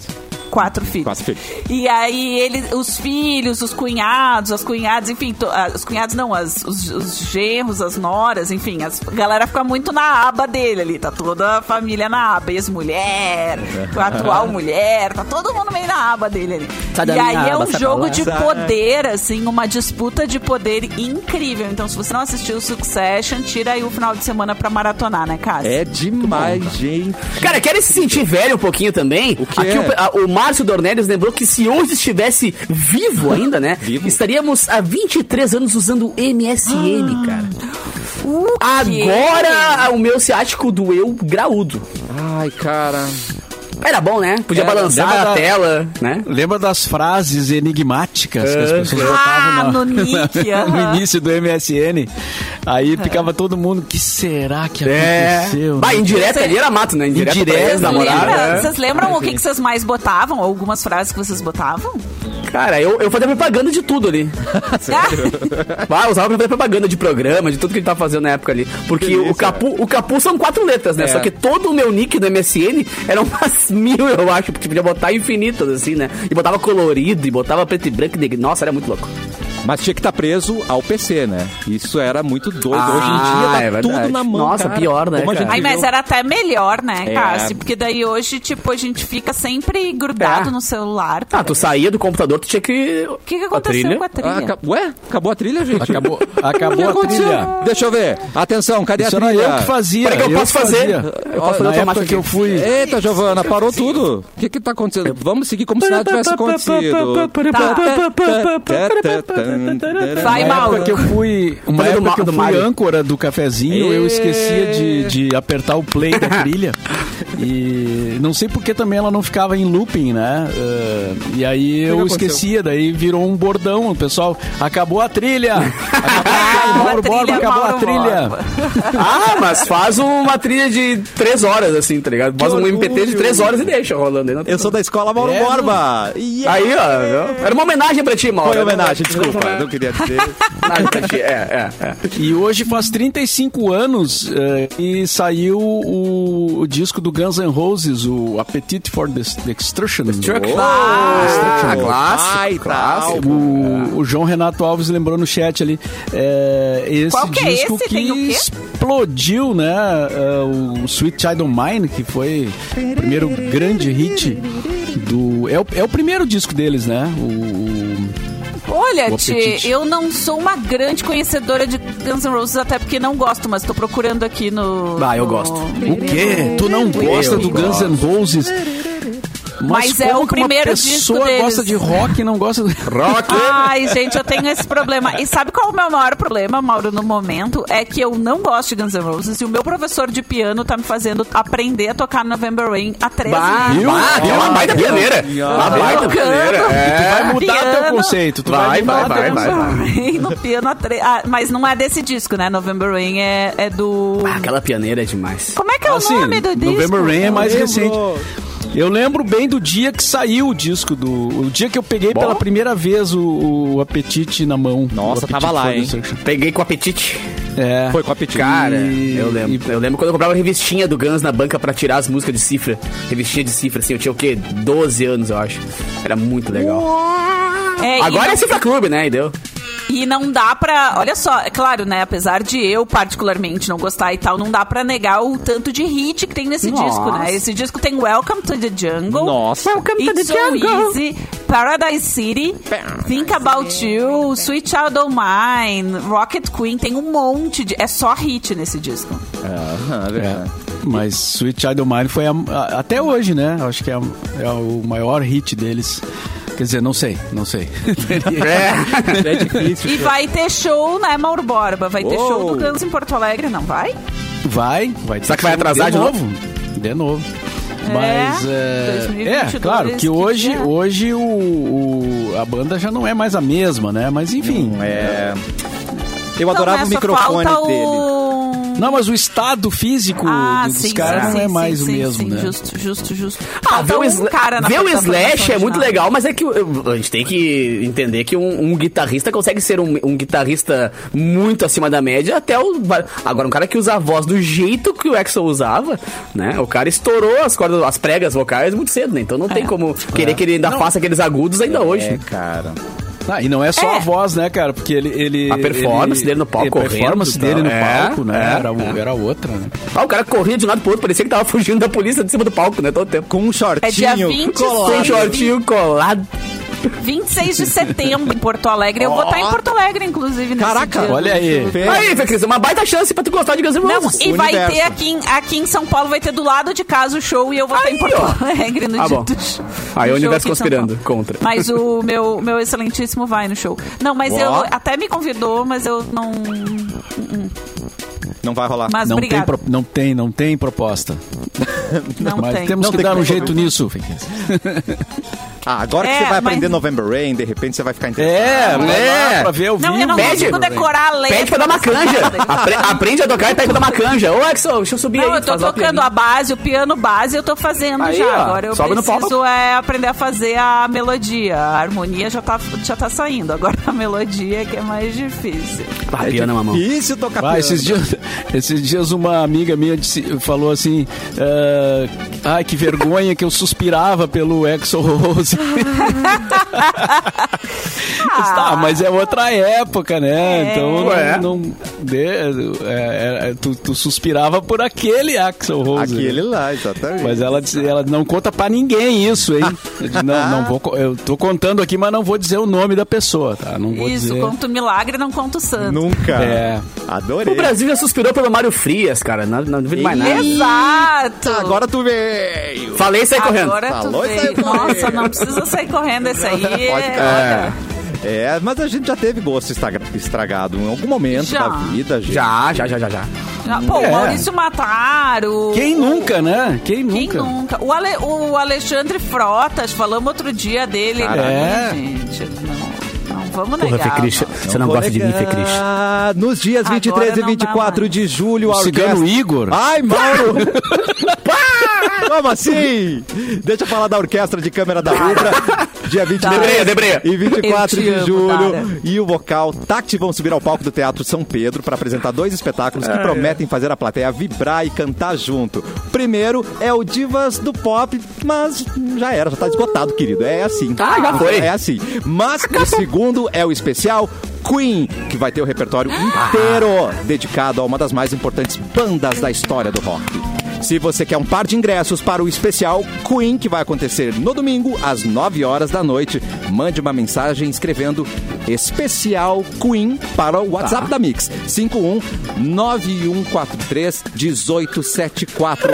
[SPEAKER 4] Quatro filhos.
[SPEAKER 5] Quatro filhos.
[SPEAKER 4] E aí ele, os filhos, os cunhados, as cunhadas, enfim, to- ah, os cunhados não, as, os, os genros, as noras, enfim, as, a galera fica muito na aba dele ali, tá toda a família na aba, ex-mulher, a atual mulher, tá todo mundo meio na aba dele ali.
[SPEAKER 3] Sai da
[SPEAKER 4] e aí
[SPEAKER 3] minha
[SPEAKER 4] é
[SPEAKER 3] Tá aba,
[SPEAKER 4] um
[SPEAKER 3] sai pra
[SPEAKER 4] jogo
[SPEAKER 3] lá.
[SPEAKER 4] de
[SPEAKER 5] Sai.
[SPEAKER 4] poder, assim, uma disputa de poder incrível. Então, se você não assistiu o Succession, tira aí o final de semana pra maratonar, né, Cássio?
[SPEAKER 5] É demais, gente.
[SPEAKER 3] Cara, querem se sentir velho um pouquinho também?
[SPEAKER 5] O quê?
[SPEAKER 3] Aqui o, a- o Márcio Dornelles lembrou que se hoje estivesse vivo ainda, né?
[SPEAKER 5] Vivo?
[SPEAKER 3] Estaríamos há 23 anos usando MSN, cara.
[SPEAKER 4] O quê?
[SPEAKER 3] Agora o meu ciático doeu graúdo.
[SPEAKER 5] Ai, cara.
[SPEAKER 3] Era bom, né? Podia
[SPEAKER 2] Era,
[SPEAKER 3] balançar
[SPEAKER 2] lembra
[SPEAKER 3] a
[SPEAKER 2] da-
[SPEAKER 3] tela, né?
[SPEAKER 2] Lembra das frases enigmáticas que as
[SPEAKER 3] É.
[SPEAKER 2] pessoas
[SPEAKER 4] Ah,
[SPEAKER 2] botavam na-
[SPEAKER 4] no nick, aham.
[SPEAKER 2] no início do MSN? Aí ficava todo mundo, que será que
[SPEAKER 3] É.
[SPEAKER 2] aconteceu?
[SPEAKER 3] Bah, indireta
[SPEAKER 4] Você-
[SPEAKER 3] ali era mato, né? Indireta,
[SPEAKER 2] Indireta,
[SPEAKER 3] pra
[SPEAKER 4] Vocês
[SPEAKER 3] ex-namorada.
[SPEAKER 4] lembram,
[SPEAKER 3] né?
[SPEAKER 4] vocês lembram o que, que vocês mais botavam? Algumas frases que vocês botavam?
[SPEAKER 3] Cara, eu, eu fazia propaganda de tudo ali. Ah, eu usava pra fazer propaganda de programa, de tudo que ele tava fazendo na época ali. Porque
[SPEAKER 5] Delícia.
[SPEAKER 3] o, capu, o capu são quatro letras, né?
[SPEAKER 5] É.
[SPEAKER 3] Só que todo o meu nick do MSN era umas mil, eu acho, porque podia botar infinitas, assim, né? E botava colorido, e botava preto e branco. e negro. Nossa, era muito louco.
[SPEAKER 5] Mas tinha que estar preso ao PC, né? Isso era muito doido.
[SPEAKER 3] Ah,
[SPEAKER 5] Hoje em dia tá
[SPEAKER 3] é verdade.
[SPEAKER 5] tudo na mão.
[SPEAKER 3] Nossa,
[SPEAKER 5] cara.
[SPEAKER 3] pior, né,
[SPEAKER 5] Como a gente
[SPEAKER 3] cara?
[SPEAKER 4] Ai, mas
[SPEAKER 5] viveu-
[SPEAKER 4] era até melhor, né,
[SPEAKER 5] É.
[SPEAKER 4] Cássio? Porque daí hoje, tipo, a gente fica sempre grudado
[SPEAKER 3] É.
[SPEAKER 4] no celular. Tá,
[SPEAKER 3] Ah, tu saía do computador, tu tinha que. O
[SPEAKER 4] O que, que aconteceu com a trilha?
[SPEAKER 5] Ah, aca- Ué, acabou a trilha, gente?
[SPEAKER 2] Acabou,
[SPEAKER 5] O que
[SPEAKER 2] acabou a
[SPEAKER 5] aconteceu?
[SPEAKER 2] trilha.
[SPEAKER 5] Deixa eu ver. Atenção, cadê
[SPEAKER 2] Isso
[SPEAKER 5] a
[SPEAKER 2] era
[SPEAKER 5] trilha?
[SPEAKER 2] eu que fazia.
[SPEAKER 3] Peraí que eu posso fazer.
[SPEAKER 2] fazia.
[SPEAKER 3] Eu posso fazer
[SPEAKER 2] Na
[SPEAKER 3] automático
[SPEAKER 2] época que
[SPEAKER 3] aqui. É.
[SPEAKER 2] eu fui...
[SPEAKER 5] Eita, Giovana, parou tudo. O que que tá acontecendo? Vamos seguir como se nada tivesse acontecido.
[SPEAKER 4] Vai,
[SPEAKER 2] Uma
[SPEAKER 4] Mauro.
[SPEAKER 2] época que eu fui, uma
[SPEAKER 3] Coisa do
[SPEAKER 2] época
[SPEAKER 3] Ma-
[SPEAKER 2] que eu
[SPEAKER 3] do
[SPEAKER 2] fui
[SPEAKER 3] Mario.
[SPEAKER 2] âncora do cafezinho, eu
[SPEAKER 5] Ê.
[SPEAKER 2] esquecia de, de apertar o play da trilha. E não sei porque também ela não ficava em looping, né? Eh, e aí eu
[SPEAKER 5] aconteceu?
[SPEAKER 2] esquecia, daí virou um bordão, o pessoal, acabou a trilha! Acabou,
[SPEAKER 4] Ah, Acabou a
[SPEAKER 2] Mauro Borba,
[SPEAKER 4] trilha,
[SPEAKER 2] acabou a
[SPEAKER 4] Mauro
[SPEAKER 2] trilha!
[SPEAKER 4] Borba.
[SPEAKER 3] Ah, mas faz uma trilha de três horas, assim, tá ligado? Faz um
[SPEAKER 5] orgulho.
[SPEAKER 3] MPT de três horas e deixa rolando aí. não tem
[SPEAKER 5] Eu sou da escola Mauro
[SPEAKER 2] É,
[SPEAKER 5] Borba. Yeah.
[SPEAKER 3] Aí, ó. viu? Era uma homenagem pra ti, Mauro.
[SPEAKER 5] Foi homenagem,
[SPEAKER 3] Era uma-
[SPEAKER 5] desculpa. Não queria dizer.
[SPEAKER 3] Homenagem pra ti, é, é, é.
[SPEAKER 2] E hoje faz 35 anos eh, que saiu o, o disco do Guns N' Roses, o Appetite for Dest- Destruction.
[SPEAKER 3] Ah, clássico.
[SPEAKER 5] Ai, tal.
[SPEAKER 2] Ah, O, o João Renato Alves lembrou no chat ali. é, esse
[SPEAKER 4] Qual que é
[SPEAKER 2] disco
[SPEAKER 4] esse?
[SPEAKER 2] que
[SPEAKER 4] Tem o quê?
[SPEAKER 2] explodiu, né? é, o Sweet Child O' Mine, que foi o primeiro grande hit do. É o, é o primeiro disco deles, né? O. o-
[SPEAKER 4] Olha,
[SPEAKER 2] Boa
[SPEAKER 4] Ti,
[SPEAKER 2] apetite.
[SPEAKER 4] eu não sou uma grande conhecedora de Guns N' Roses, até porque não gosto, mas tô procurando aqui no.
[SPEAKER 3] Ah, eu
[SPEAKER 4] no-
[SPEAKER 3] gosto.
[SPEAKER 2] O quê? Tu não gosta
[SPEAKER 3] Eu
[SPEAKER 2] do Guns
[SPEAKER 3] gosto.
[SPEAKER 2] N' Roses?
[SPEAKER 4] Mas é
[SPEAKER 2] como
[SPEAKER 4] o
[SPEAKER 2] que uma
[SPEAKER 4] primeiro disco
[SPEAKER 2] pessoa
[SPEAKER 4] deles.
[SPEAKER 2] gosta de rock e não gosta do...
[SPEAKER 3] Rock.
[SPEAKER 4] Ai, gente, eu tenho esse problema. E sabe qual é o meu maior problema, Mauro, no momento? É que eu não gosto de Guns N' Roses e o meu professor de piano tá me fazendo aprender a tocar November Rain há três
[SPEAKER 3] Bah,
[SPEAKER 4] meses.
[SPEAKER 3] bah, tem uma baita pioneira. Uma baita
[SPEAKER 4] Tocando.
[SPEAKER 3] pioneira. É.
[SPEAKER 2] Vai mudar
[SPEAKER 4] Piano.
[SPEAKER 2] teu conceito. Tu
[SPEAKER 3] Vai,
[SPEAKER 2] vai,
[SPEAKER 3] vai,
[SPEAKER 2] mudar
[SPEAKER 3] vai,
[SPEAKER 2] teu
[SPEAKER 3] vai.
[SPEAKER 4] Rain no piano há três... Ah, mas não é desse disco, né? November Rain é, é do...
[SPEAKER 3] Ah, aquela pioneira é demais.
[SPEAKER 4] Como é que é o
[SPEAKER 2] Assim,
[SPEAKER 4] nome do disco?
[SPEAKER 2] November Rain é mais
[SPEAKER 5] Lembro.
[SPEAKER 2] recente. Eu lembro bem do dia que saiu o disco do. O dia que eu peguei pela primeira vez o, o Apetite na mão.
[SPEAKER 5] Nossa,
[SPEAKER 2] O Apetite
[SPEAKER 5] tava lá,
[SPEAKER 2] for
[SPEAKER 5] hein?
[SPEAKER 2] Destruction.
[SPEAKER 3] Peguei com apetite.
[SPEAKER 2] É.
[SPEAKER 5] Foi com apetite.
[SPEAKER 3] Cara,
[SPEAKER 2] E-
[SPEAKER 3] eu lembro. Eu lembro quando eu comprava revistinha do Guns na banca pra tirar as músicas de cifra. Revistinha de cifra, assim, eu tinha o quê? 12 anos, eu acho. Era muito legal.
[SPEAKER 4] É, e
[SPEAKER 3] Agora
[SPEAKER 4] não-
[SPEAKER 3] é Cifra Clube, né? E deu.
[SPEAKER 4] E não dá pra. Olha só, é claro, né? Apesar de eu particularmente não gostar e tal, não dá pra negar o tanto de hit que tem nesse
[SPEAKER 3] Nossa.
[SPEAKER 4] disco, né? Esse disco tem Welcome to the Jungle.
[SPEAKER 5] Nossa.
[SPEAKER 4] Welcome to the
[SPEAKER 1] é
[SPEAKER 4] Jungle. Easy, Paradise City, Think About You, Sweet Child O' Mine, Rocket Queen. Tem um monte de. É só hit nesse disco.
[SPEAKER 5] Ah, é
[SPEAKER 2] É.
[SPEAKER 5] verdade.
[SPEAKER 2] Mas Sweet Child O' Mine foi a- a- até hoje, né? Acho que é, a- é o maior hit deles. Quer dizer, não sei, não sei.
[SPEAKER 5] É difícil.
[SPEAKER 4] E vai ter show, né, Mauro Borba? Vai ter
[SPEAKER 5] Uou.
[SPEAKER 4] show do Guns em Porto Alegre, não vai?
[SPEAKER 2] Vai, vai. ter
[SPEAKER 3] Será que vai
[SPEAKER 2] show
[SPEAKER 3] atrasar de
[SPEAKER 2] De novo. Mas é,
[SPEAKER 4] 2022,
[SPEAKER 2] é, claro
[SPEAKER 4] que
[SPEAKER 2] que hoje,
[SPEAKER 4] dia?
[SPEAKER 2] hoje o, o- a banda já não é mais a mesma, né? Mas enfim.
[SPEAKER 5] É.
[SPEAKER 4] Então,
[SPEAKER 5] Eu adorava
[SPEAKER 4] né,
[SPEAKER 5] o
[SPEAKER 4] só
[SPEAKER 5] microfone
[SPEAKER 4] falta
[SPEAKER 5] dele.
[SPEAKER 4] o-
[SPEAKER 2] Não, mas o estado físico
[SPEAKER 4] Ah,
[SPEAKER 2] dos
[SPEAKER 4] sim,
[SPEAKER 2] caras
[SPEAKER 4] sim,
[SPEAKER 2] não é
[SPEAKER 4] sim,
[SPEAKER 2] mais o
[SPEAKER 4] sim,
[SPEAKER 2] mesmo,
[SPEAKER 4] sim,
[SPEAKER 2] né?
[SPEAKER 4] Justo, justo, justo.
[SPEAKER 3] Ah,
[SPEAKER 4] Falta
[SPEAKER 3] ver o,
[SPEAKER 4] um
[SPEAKER 3] sla-
[SPEAKER 4] cara na
[SPEAKER 3] ver o
[SPEAKER 4] apresentação
[SPEAKER 3] Slash é muito
[SPEAKER 4] original.
[SPEAKER 3] legal, mas é que eu- a gente tem que entender que um, um guitarrista consegue ser um, um guitarrista muito acima da média até o. Agora, um cara que usa a voz do jeito que o Axel usava, né? O cara estourou as cordas, as pregas vocais muito cedo, né? Então não
[SPEAKER 4] É.
[SPEAKER 3] tem como querer que ele ainda faça aqueles agudos ainda hoje.
[SPEAKER 6] É, cara.
[SPEAKER 2] Ah, e não é só
[SPEAKER 4] É.
[SPEAKER 2] a voz, né, cara? Porque ele. ele
[SPEAKER 3] A performance
[SPEAKER 2] ele-
[SPEAKER 3] dele no palco
[SPEAKER 2] A performance
[SPEAKER 3] correndo e
[SPEAKER 2] dele no
[SPEAKER 3] tal. É,
[SPEAKER 2] palco, né?
[SPEAKER 3] é,
[SPEAKER 2] era, o-
[SPEAKER 3] é.
[SPEAKER 2] era outra, né?
[SPEAKER 3] Ah, o cara corria de um lado pro outro, parecia que tava fugindo da polícia de cima do palco, né? Todo tempo.
[SPEAKER 5] Com um shortinho
[SPEAKER 4] É dia 20,
[SPEAKER 3] Com um
[SPEAKER 4] Colado.
[SPEAKER 3] shortinho colado.
[SPEAKER 4] 26 de setembro em Porto Alegre. Eu vou estar em Porto Alegre, inclusive, nesse
[SPEAKER 5] Caraca,
[SPEAKER 4] dia.
[SPEAKER 2] olha aí.
[SPEAKER 5] Fê,
[SPEAKER 3] Aí, Fê Cris, uma baita chance pra tu gostar de Guns N'
[SPEAKER 4] Não,
[SPEAKER 3] Roses.
[SPEAKER 4] e vai
[SPEAKER 5] universo.
[SPEAKER 4] ter aqui, em- aqui em São Paulo, vai ter do lado de casa o show e eu vou estar em
[SPEAKER 3] Aí,
[SPEAKER 4] Porto
[SPEAKER 3] ó.
[SPEAKER 4] Alegre no
[SPEAKER 3] Ah,
[SPEAKER 4] dia
[SPEAKER 3] bom.
[SPEAKER 4] do show.
[SPEAKER 3] Aí o universo
[SPEAKER 4] do show aqui em São
[SPEAKER 3] conspirando
[SPEAKER 4] Paulo.
[SPEAKER 3] contra.
[SPEAKER 4] Mas o meu, meu excelentíssimo vai no show. Não, mas eu até me convidou, mas eu não.
[SPEAKER 5] Não vai rolar.
[SPEAKER 4] Mas
[SPEAKER 2] Não tem,
[SPEAKER 4] obrigado.
[SPEAKER 2] pro- não tem, não tem proposta.
[SPEAKER 4] Não
[SPEAKER 2] mas
[SPEAKER 4] tem.
[SPEAKER 2] temos
[SPEAKER 5] Não
[SPEAKER 2] que
[SPEAKER 5] tem
[SPEAKER 2] dar um
[SPEAKER 5] como.
[SPEAKER 2] jeito nisso.
[SPEAKER 5] Ah, agora
[SPEAKER 4] É,
[SPEAKER 5] que você vai
[SPEAKER 4] mas-
[SPEAKER 5] aprender November Rain, de repente você vai ficar
[SPEAKER 2] É,
[SPEAKER 5] interessado.
[SPEAKER 2] né?
[SPEAKER 3] é.
[SPEAKER 2] Pra ver o
[SPEAKER 4] Não, eu
[SPEAKER 2] vivo.
[SPEAKER 4] não
[SPEAKER 3] Pede.
[SPEAKER 4] consigo decorar a letra.
[SPEAKER 3] Pede pra dar uma
[SPEAKER 4] dessa
[SPEAKER 3] canja.
[SPEAKER 4] merda.
[SPEAKER 3] Apre- aprende a tocar e pede pra dar uma canja. Ô, Axel, deixa eu subir aí.
[SPEAKER 4] Não, eu tô
[SPEAKER 3] faz uma
[SPEAKER 4] tocando
[SPEAKER 3] piadinha.
[SPEAKER 4] a base, o piano base eu tô fazendo
[SPEAKER 3] Aí,
[SPEAKER 4] já.
[SPEAKER 3] ó,
[SPEAKER 4] agora eu
[SPEAKER 3] sobe no
[SPEAKER 4] preciso
[SPEAKER 3] palco.
[SPEAKER 4] é aprender a fazer a melodia. A harmonia já tá, já tá saindo. Agora a melodia que é mais difícil.
[SPEAKER 3] Ah, piano, mamão.
[SPEAKER 5] Difícil tocar
[SPEAKER 2] Ah,
[SPEAKER 5] piano.
[SPEAKER 2] esses dias, esses dias uma amiga minha disse- falou assim: ah, Ai, que vergonha que eu suspirava pelo Exo Rose. tá, mas é outra época, né?
[SPEAKER 4] É.
[SPEAKER 2] Então
[SPEAKER 3] Ué.
[SPEAKER 2] não. não- de- é, é, tu, tu suspirava por aquele Axel Rose.
[SPEAKER 5] Aquele lá, exatamente.
[SPEAKER 2] Mas é- ela disse, ela não conta pra ninguém isso, hein? Eu disse, não, não vou, co- eu tô contando aqui, mas não vou dizer o nome da pessoa, tá? Não vou
[SPEAKER 4] Isso,
[SPEAKER 2] dizer.
[SPEAKER 4] conta o milagre, não conta o santo.
[SPEAKER 5] Nunca.
[SPEAKER 2] É.
[SPEAKER 5] Adorei.
[SPEAKER 3] O Brasil já suspirou pelo Mário Frias, cara. Não, não duvido mais nada.
[SPEAKER 4] Exato!
[SPEAKER 5] Agora tu veio.
[SPEAKER 3] Falei e saí correndo.
[SPEAKER 4] Agora tu
[SPEAKER 5] Falou e
[SPEAKER 4] veio.
[SPEAKER 5] saiu Tá correndo.
[SPEAKER 4] Nossa, não precisa sair correndo esse aí.
[SPEAKER 5] Pode
[SPEAKER 4] é-
[SPEAKER 5] ficar. É, mas a gente já teve gosto estraga- estragado em algum momento
[SPEAKER 4] Já.
[SPEAKER 5] da vida, gente.
[SPEAKER 3] Já, já, já, já, já.
[SPEAKER 4] Pô,
[SPEAKER 2] É.
[SPEAKER 4] o Maurício Mataro.
[SPEAKER 2] Quem nunca, né? Quem
[SPEAKER 4] Quem
[SPEAKER 2] nunca?
[SPEAKER 4] nunca? O, Ale- o Alexandre Frotas, falamos outro dia dele.
[SPEAKER 2] Cara,
[SPEAKER 4] né,
[SPEAKER 2] é.
[SPEAKER 4] gente, não, não vamos
[SPEAKER 3] Porra, Fê
[SPEAKER 4] negar.
[SPEAKER 3] Cris,
[SPEAKER 4] não.
[SPEAKER 3] você não
[SPEAKER 5] Vou
[SPEAKER 3] gosta de mim, Fê
[SPEAKER 5] negar.
[SPEAKER 3] Cris.
[SPEAKER 5] Nos dias
[SPEAKER 4] Agora
[SPEAKER 5] 23 e
[SPEAKER 4] não dá
[SPEAKER 5] 24
[SPEAKER 4] mais.
[SPEAKER 5] de julho,
[SPEAKER 2] O cigano
[SPEAKER 5] orquestra-
[SPEAKER 2] Igor.
[SPEAKER 5] Ai, Mauro! Pá! Como assim? Deixa eu falar da orquestra de câmera da Ubra.
[SPEAKER 4] Tá.
[SPEAKER 5] Dia 23
[SPEAKER 3] Debreia, debreia.
[SPEAKER 5] e 24
[SPEAKER 4] Eu te
[SPEAKER 5] de
[SPEAKER 4] amo,
[SPEAKER 5] julho.
[SPEAKER 4] Tara.
[SPEAKER 5] E o vocal Tact vão subir ao palco do Teatro São Pedro para apresentar dois espetáculos que prometem fazer a plateia vibrar e cantar junto. Primeiro é o Divas do Pop, mas já era, já tá esgotado, querido. É assim.
[SPEAKER 4] Tá,
[SPEAKER 3] Ah, já foi.
[SPEAKER 5] É assim. Mas o segundo é o especial Queen, que vai ter o repertório
[SPEAKER 4] Ah.
[SPEAKER 5] inteiro dedicado a uma das mais importantes bandas da história do rock. Se você quer um par de ingressos para o especial Queen, que vai acontecer no domingo, às 9 horas da noite, mande uma mensagem escrevendo especial Queen para o
[SPEAKER 4] Tá.
[SPEAKER 5] WhatsApp da Mix. 51 9143 1874.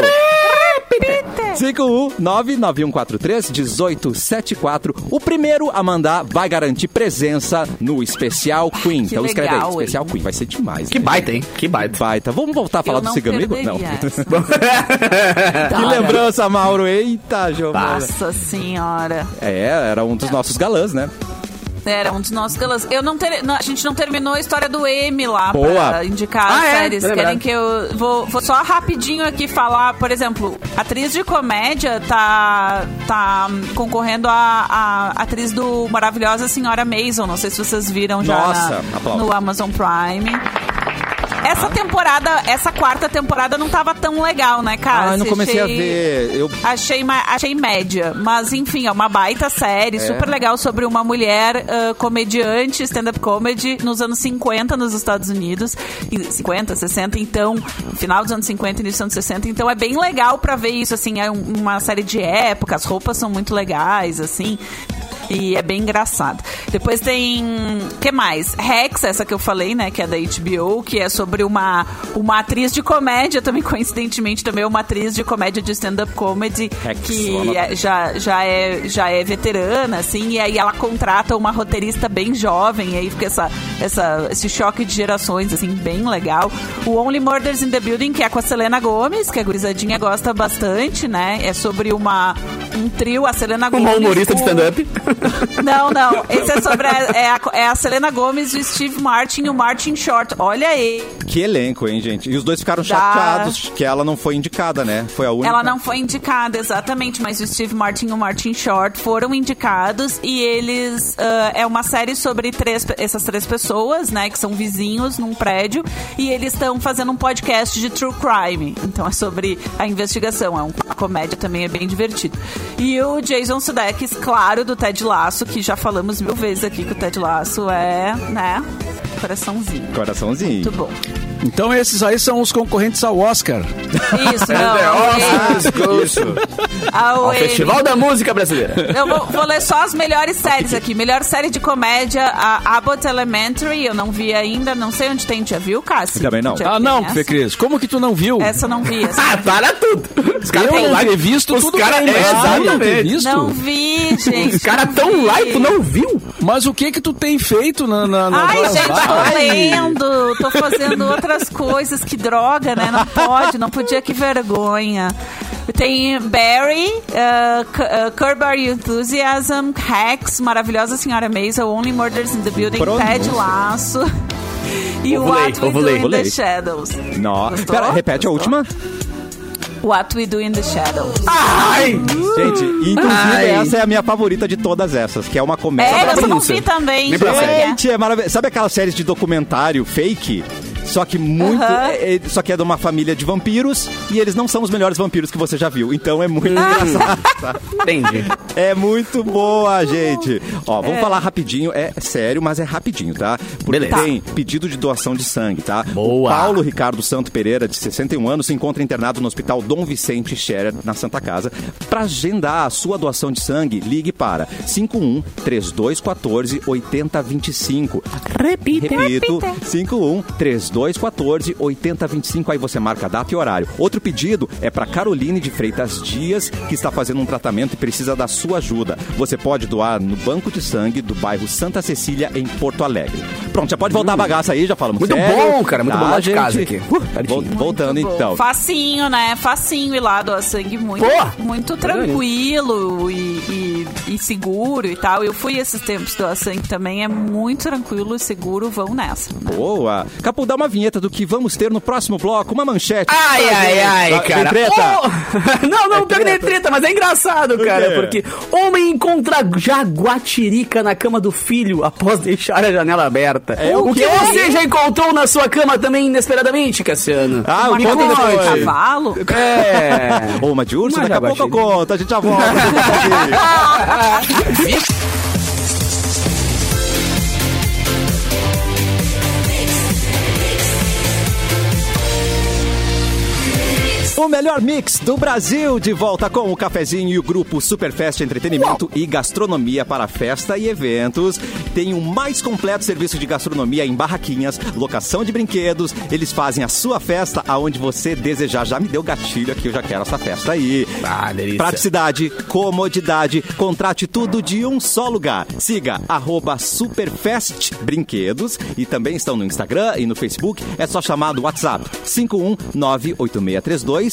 [SPEAKER 5] 51991431874. O primeiro a mandar vai garantir presença no especial Queen.
[SPEAKER 4] que
[SPEAKER 5] então escreve aí,
[SPEAKER 4] legal,
[SPEAKER 5] especial Queen, vai ser demais.
[SPEAKER 3] Que
[SPEAKER 5] né?
[SPEAKER 3] baita, hein? Que baita.
[SPEAKER 5] baita. Vamos voltar a falar
[SPEAKER 4] Eu
[SPEAKER 5] do
[SPEAKER 4] não
[SPEAKER 5] Cigano Igor?
[SPEAKER 4] perderia
[SPEAKER 5] Não.
[SPEAKER 4] essa.
[SPEAKER 5] Que lembrança, Mauro. Eita, Giovana.
[SPEAKER 4] Nossa senhora.
[SPEAKER 5] É, era um dos nossos galãs, né?
[SPEAKER 4] Era um dos nossos galãs. Eu não ter... não, a gente não terminou a história do M lá
[SPEAKER 5] Boa.
[SPEAKER 4] pra indicar
[SPEAKER 3] Ah,
[SPEAKER 4] as
[SPEAKER 3] é?
[SPEAKER 4] séries.
[SPEAKER 3] É verdade.
[SPEAKER 4] Querem que eu vou, vou só rapidinho aqui falar, por exemplo, atriz de comédia tá tá hum, concorrendo a, a atriz do maravilhosa Senhora Mason. Não sei se vocês viram já
[SPEAKER 5] Nossa,
[SPEAKER 4] na-
[SPEAKER 5] aplausos. Tá.
[SPEAKER 4] no Amazon Prime. Essa temporada, essa quarta temporada não tava tão legal, né, cara?
[SPEAKER 5] Ah, eu não
[SPEAKER 4] Achei-
[SPEAKER 5] comecei a ver. Eu
[SPEAKER 4] Achei, ma- achei média, mas enfim, é uma baita série, super legal sobre uma mulher ah, comediante, stand-up comedy, nos anos 50 nos Estados Unidos. E 50, 60, então, final dos anos 50, início dos anos 60. Então é bem legal pra ver isso, assim, é um- uma série de época, as roupas são muito legais, assim. E é bem engraçado. Depois tem. que mais? Rex, essa que eu falei, né? Que é da HBO, que é sobre uma, uma atriz de comédia, também coincidentemente, também é uma atriz de comédia de stand-up comedy,
[SPEAKER 5] Rex,
[SPEAKER 4] que
[SPEAKER 5] vamos lá.
[SPEAKER 4] é- já, já, é, já é veterana, assim, e aí ela contrata uma roteirista bem jovem, e aí fica essa, essa, esse choque de gerações, assim, bem legal. O Only Murders in the Building, que é com a Selena Gomes, que a gurizadinha gosta bastante, né? É sobre uma, um trio, a Selena Gomez.
[SPEAKER 3] Uma humorista de
[SPEAKER 4] o-
[SPEAKER 3] stand-up.
[SPEAKER 4] Não, não. Esse é sobre a, é a, é a Selena Gomes, o Steve Martin e o Martin Short. Olha aí.
[SPEAKER 5] Que elenco, hein, gente? E os dois ficaram
[SPEAKER 4] Dá.
[SPEAKER 5] chateados que ela não foi indicada, né? Foi a única.
[SPEAKER 4] Ela não foi indicada, exatamente, mas o Steve Martin e o Martin Short foram indicados e eles. ah, é uma série sobre três, pe- essas três pessoas, né, que são vizinhos num prédio e eles estão fazendo um podcast de true crime. Então é sobre a investigação. É um- uma comédia também, é bem divertido. E o Jason Sudeikis, claro, do Ted Lasso, que já falamos mil vezes aqui que o Ted Lasso é, né, coraçãozinho.
[SPEAKER 5] Coraçãozinho.
[SPEAKER 4] Muito bom.
[SPEAKER 2] Então esses aí são os concorrentes ao Oscar.
[SPEAKER 4] Isso, não.
[SPEAKER 3] Ah,
[SPEAKER 5] Isso.
[SPEAKER 4] a
[SPEAKER 3] Ao
[SPEAKER 4] Wayne.
[SPEAKER 3] Festival da Música Brasileira.
[SPEAKER 4] Eu vou, vou ler só as melhores séries aqui. Melhor série de comédia, a Abbott Elementary, eu não vi ainda, não sei onde tem. Já viu, Cássio?
[SPEAKER 5] Também não.
[SPEAKER 4] Já
[SPEAKER 2] Ah,
[SPEAKER 4] tem
[SPEAKER 2] não,
[SPEAKER 4] essa?
[SPEAKER 2] Fê Cris, como que tu não viu?
[SPEAKER 4] Essa eu não vi. essa.
[SPEAKER 3] Ah, para tudo. Os caras
[SPEAKER 2] Eu
[SPEAKER 3] tão
[SPEAKER 2] não
[SPEAKER 3] lá-
[SPEAKER 2] ter visto,
[SPEAKER 3] Os
[SPEAKER 2] tudo
[SPEAKER 3] caras,
[SPEAKER 2] bem,
[SPEAKER 3] é,
[SPEAKER 2] mas tu não ter
[SPEAKER 3] exatamente.
[SPEAKER 2] visto?
[SPEAKER 4] Não vi, gente.
[SPEAKER 3] Os caras
[SPEAKER 4] não
[SPEAKER 3] tão
[SPEAKER 4] vi.
[SPEAKER 3] lá e tu não viu.
[SPEAKER 2] Mas o que que tu tem feito na... na, na
[SPEAKER 4] Ai,
[SPEAKER 2] nas
[SPEAKER 4] gente,
[SPEAKER 2] lives?
[SPEAKER 4] tô lendo, tô fazendo outras coisas, que droga, né? Não pode, não podia, que vergonha. Tem Barry, uh, Cu- uh, Curb Your Enthusiasm, Hacks, Maravilhosa Senhora Maisel, Only Murders in the Building,
[SPEAKER 5] Pronúncia.
[SPEAKER 4] Ted Laço e
[SPEAKER 3] Ovulei,
[SPEAKER 4] What We
[SPEAKER 3] ovulei,
[SPEAKER 4] Do in
[SPEAKER 5] ovulei.
[SPEAKER 4] the Shadows.
[SPEAKER 5] Nossa.
[SPEAKER 4] Gostou?
[SPEAKER 5] Pera, repete a última.
[SPEAKER 4] What We Do in the Shadows.
[SPEAKER 3] Ah, Ai!
[SPEAKER 5] Gente, inclusive
[SPEAKER 3] Ai.
[SPEAKER 5] essa é a minha favorita de todas essas, que é uma comédia.
[SPEAKER 4] é,
[SPEAKER 3] pra
[SPEAKER 4] eu não
[SPEAKER 3] pronúncia.
[SPEAKER 4] vi também.
[SPEAKER 3] Vem pra
[SPEAKER 4] gente.
[SPEAKER 3] série.
[SPEAKER 5] Gente, é maravilhoso. Sabe aquelas séries de documentário fake? Só que muito.
[SPEAKER 4] Aham.
[SPEAKER 5] é- é- só que é de uma família de vampiros e eles não são os melhores vampiros que você já viu. Então é muito
[SPEAKER 4] Ah.
[SPEAKER 5] engraçado.
[SPEAKER 3] Entendi.
[SPEAKER 5] É muito boa, gente. Ó, vamos falar rapidinho. É sério, mas é rapidinho, tá? Porque
[SPEAKER 3] Beleza.
[SPEAKER 5] tem pedido de doação de sangue, tá?
[SPEAKER 3] Boa.
[SPEAKER 5] O Paulo Ricardo Santo Pereira, de 61 anos, se encontra internado no Hospital Dom Vicente Scherer, na Santa Casa. Para agendar a sua doação de sangue, ligue para 51 3214 8025. Repita. Repito, 51 3214 8025. Aí você marca a data e horário. Outro pedido é para Caroline de Freitas Dias, que está fazendo um tratamento e precisa da sua ajuda. Você pode doar no Banco de Sangue do bairro Santa Cecília, em Porto Alegre. Pronto, já pode voltar a bagaça aí, já falamos
[SPEAKER 3] Hum. Muito
[SPEAKER 5] sério.
[SPEAKER 3] bom, cara, muito bom lá de
[SPEAKER 5] gente?
[SPEAKER 3] casa aqui.
[SPEAKER 5] Uh, vol- voltando
[SPEAKER 4] Bom,
[SPEAKER 5] então.
[SPEAKER 4] Facinho, né? Facinho ir lá doar sangue muito,
[SPEAKER 3] Pô!
[SPEAKER 4] muito tranquilo e, e- e seguro e tal. Eu fui esses tempos doar sangue também, é muito tranquilo e seguro, vão nessa. né?
[SPEAKER 5] Boa. Capu, dá uma vinheta do que vamos ter no próximo bloco, uma manchete.
[SPEAKER 3] Ai,
[SPEAKER 5] Pra
[SPEAKER 3] ai,
[SPEAKER 5] gente.
[SPEAKER 3] ai,
[SPEAKER 5] Tá- tem
[SPEAKER 3] cara.
[SPEAKER 5] Treta.
[SPEAKER 3] Oh! Não, não, pior que nem treta, mas é engraçado, cara,
[SPEAKER 5] quê?
[SPEAKER 3] porque homem encontra jaguatirica na cama do filho após deixar a janela aberta. o que
[SPEAKER 5] É, quê?
[SPEAKER 3] você já encontrou na sua cama também inesperadamente, Cassiano?
[SPEAKER 5] Ah, o
[SPEAKER 4] Uma
[SPEAKER 5] que
[SPEAKER 4] cadeira
[SPEAKER 5] depois?
[SPEAKER 4] de cavalo.
[SPEAKER 3] É.
[SPEAKER 5] Ou uma de urso,
[SPEAKER 3] Uma
[SPEAKER 5] daqui a pouco eu
[SPEAKER 3] jaguatirica.
[SPEAKER 5] conto, a gente já volta. O melhor mix do Brasil, de volta com o cafezinho e o grupo Superfest Entretenimento e Gastronomia para festa e eventos. Tem o mais completo serviço de gastronomia em barraquinhas, locação de brinquedos. Eles fazem a sua festa aonde você desejar. Já me deu gatilho aqui, eu já quero essa festa Tá aí.
[SPEAKER 3] Ah, delícia.
[SPEAKER 5] Praticidade, comodidade, contrate tudo de um só lugar. Siga arroba Superfest Brinquedos e também estão no Instagram e no Facebook. É só chamar do WhatsApp 51986320286.
[SPEAKER 4] É,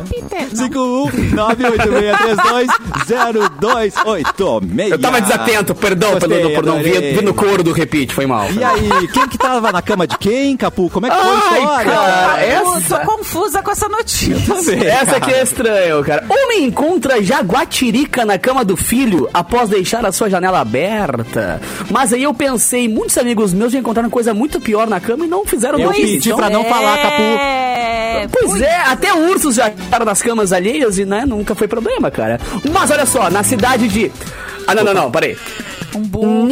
[SPEAKER 4] Peter, não.
[SPEAKER 5] 51986320286.
[SPEAKER 3] Eu tava desatento, perdão
[SPEAKER 5] Gostei,
[SPEAKER 3] pelo por não
[SPEAKER 5] adorei.
[SPEAKER 3] vir no couro do repeat, foi mal.
[SPEAKER 5] E aí, quem que tava na cama de quem, Capu? Como é que foi a
[SPEAKER 3] Ai,
[SPEAKER 5] história?
[SPEAKER 3] cara.
[SPEAKER 4] Ah, eu
[SPEAKER 3] essa-
[SPEAKER 4] Tô confusa com essa notícia.
[SPEAKER 3] Essa aqui é estranho, cara. Homem encontra jaguatirica na cama do filho após deixar a sua janela aberta. Mas aí eu pensei, muitos amigos meus já encontraram coisa muito pior na cama e não fizeram
[SPEAKER 5] Eu
[SPEAKER 3] nada.
[SPEAKER 5] pedi pra não falar, Capu.
[SPEAKER 4] É,
[SPEAKER 3] Pois é, até ursos já ficaram nas camas alheias e, né, nunca foi problema, cara. Mas olha só, na cidade de... Ah, não, não, não, peraí.
[SPEAKER 4] Um burro.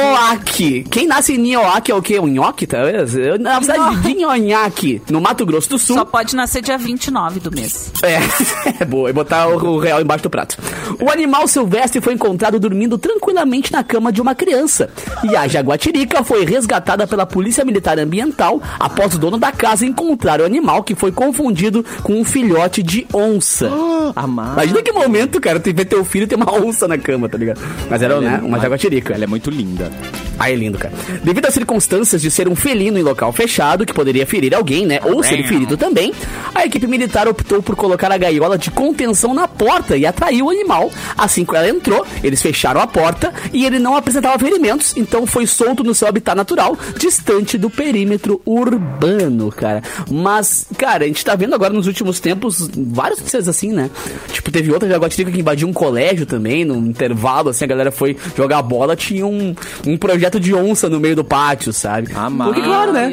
[SPEAKER 3] Nioaque. Quem nasce em Nioaque é o quê? Um nhoque, talvez? Eu- Na cidade de Nionhaque, no Mato Grosso do Sul.
[SPEAKER 4] Só pode nascer dia 29 do mês.
[SPEAKER 3] É, é boa. E botar o, o real embaixo do prato. O animal silvestre foi encontrado dormindo tranquilamente na cama de uma criança. E a jaguatirica foi resgatada pela Polícia Militar Ambiental após o dono da casa encontrar o animal que foi confundido com um filhote de onça.
[SPEAKER 5] Amar.
[SPEAKER 3] Imagina que momento, cara, tu vê teu filho e tem uma onça na cama, tá ligado? Mas era, né, uma jaguatirica.
[SPEAKER 5] Ela é muito linda.
[SPEAKER 3] Aí é lindo, cara. Devido às circunstâncias de ser um felino em local fechado, que poderia ferir alguém, né? Ou ser ferido também, a equipe militar optou por colocar a gaiola de contenção na porta e atraiu o animal. Assim que ela entrou, eles fecharam a porta e ele não apresentava ferimentos, então foi solto no seu habitat natural, distante do perímetro urbano, cara. Mas, cara, a gente tá vendo agora nos últimos tempos várias notícias assim, né? Tipo, teve outra jaguatirica que invadiu um colégio também, num intervalo, assim, a galera foi jogar bola, tinha um, um projeto de onça no meio do pátio, sabe?
[SPEAKER 5] Amado.
[SPEAKER 3] Porque, claro, né?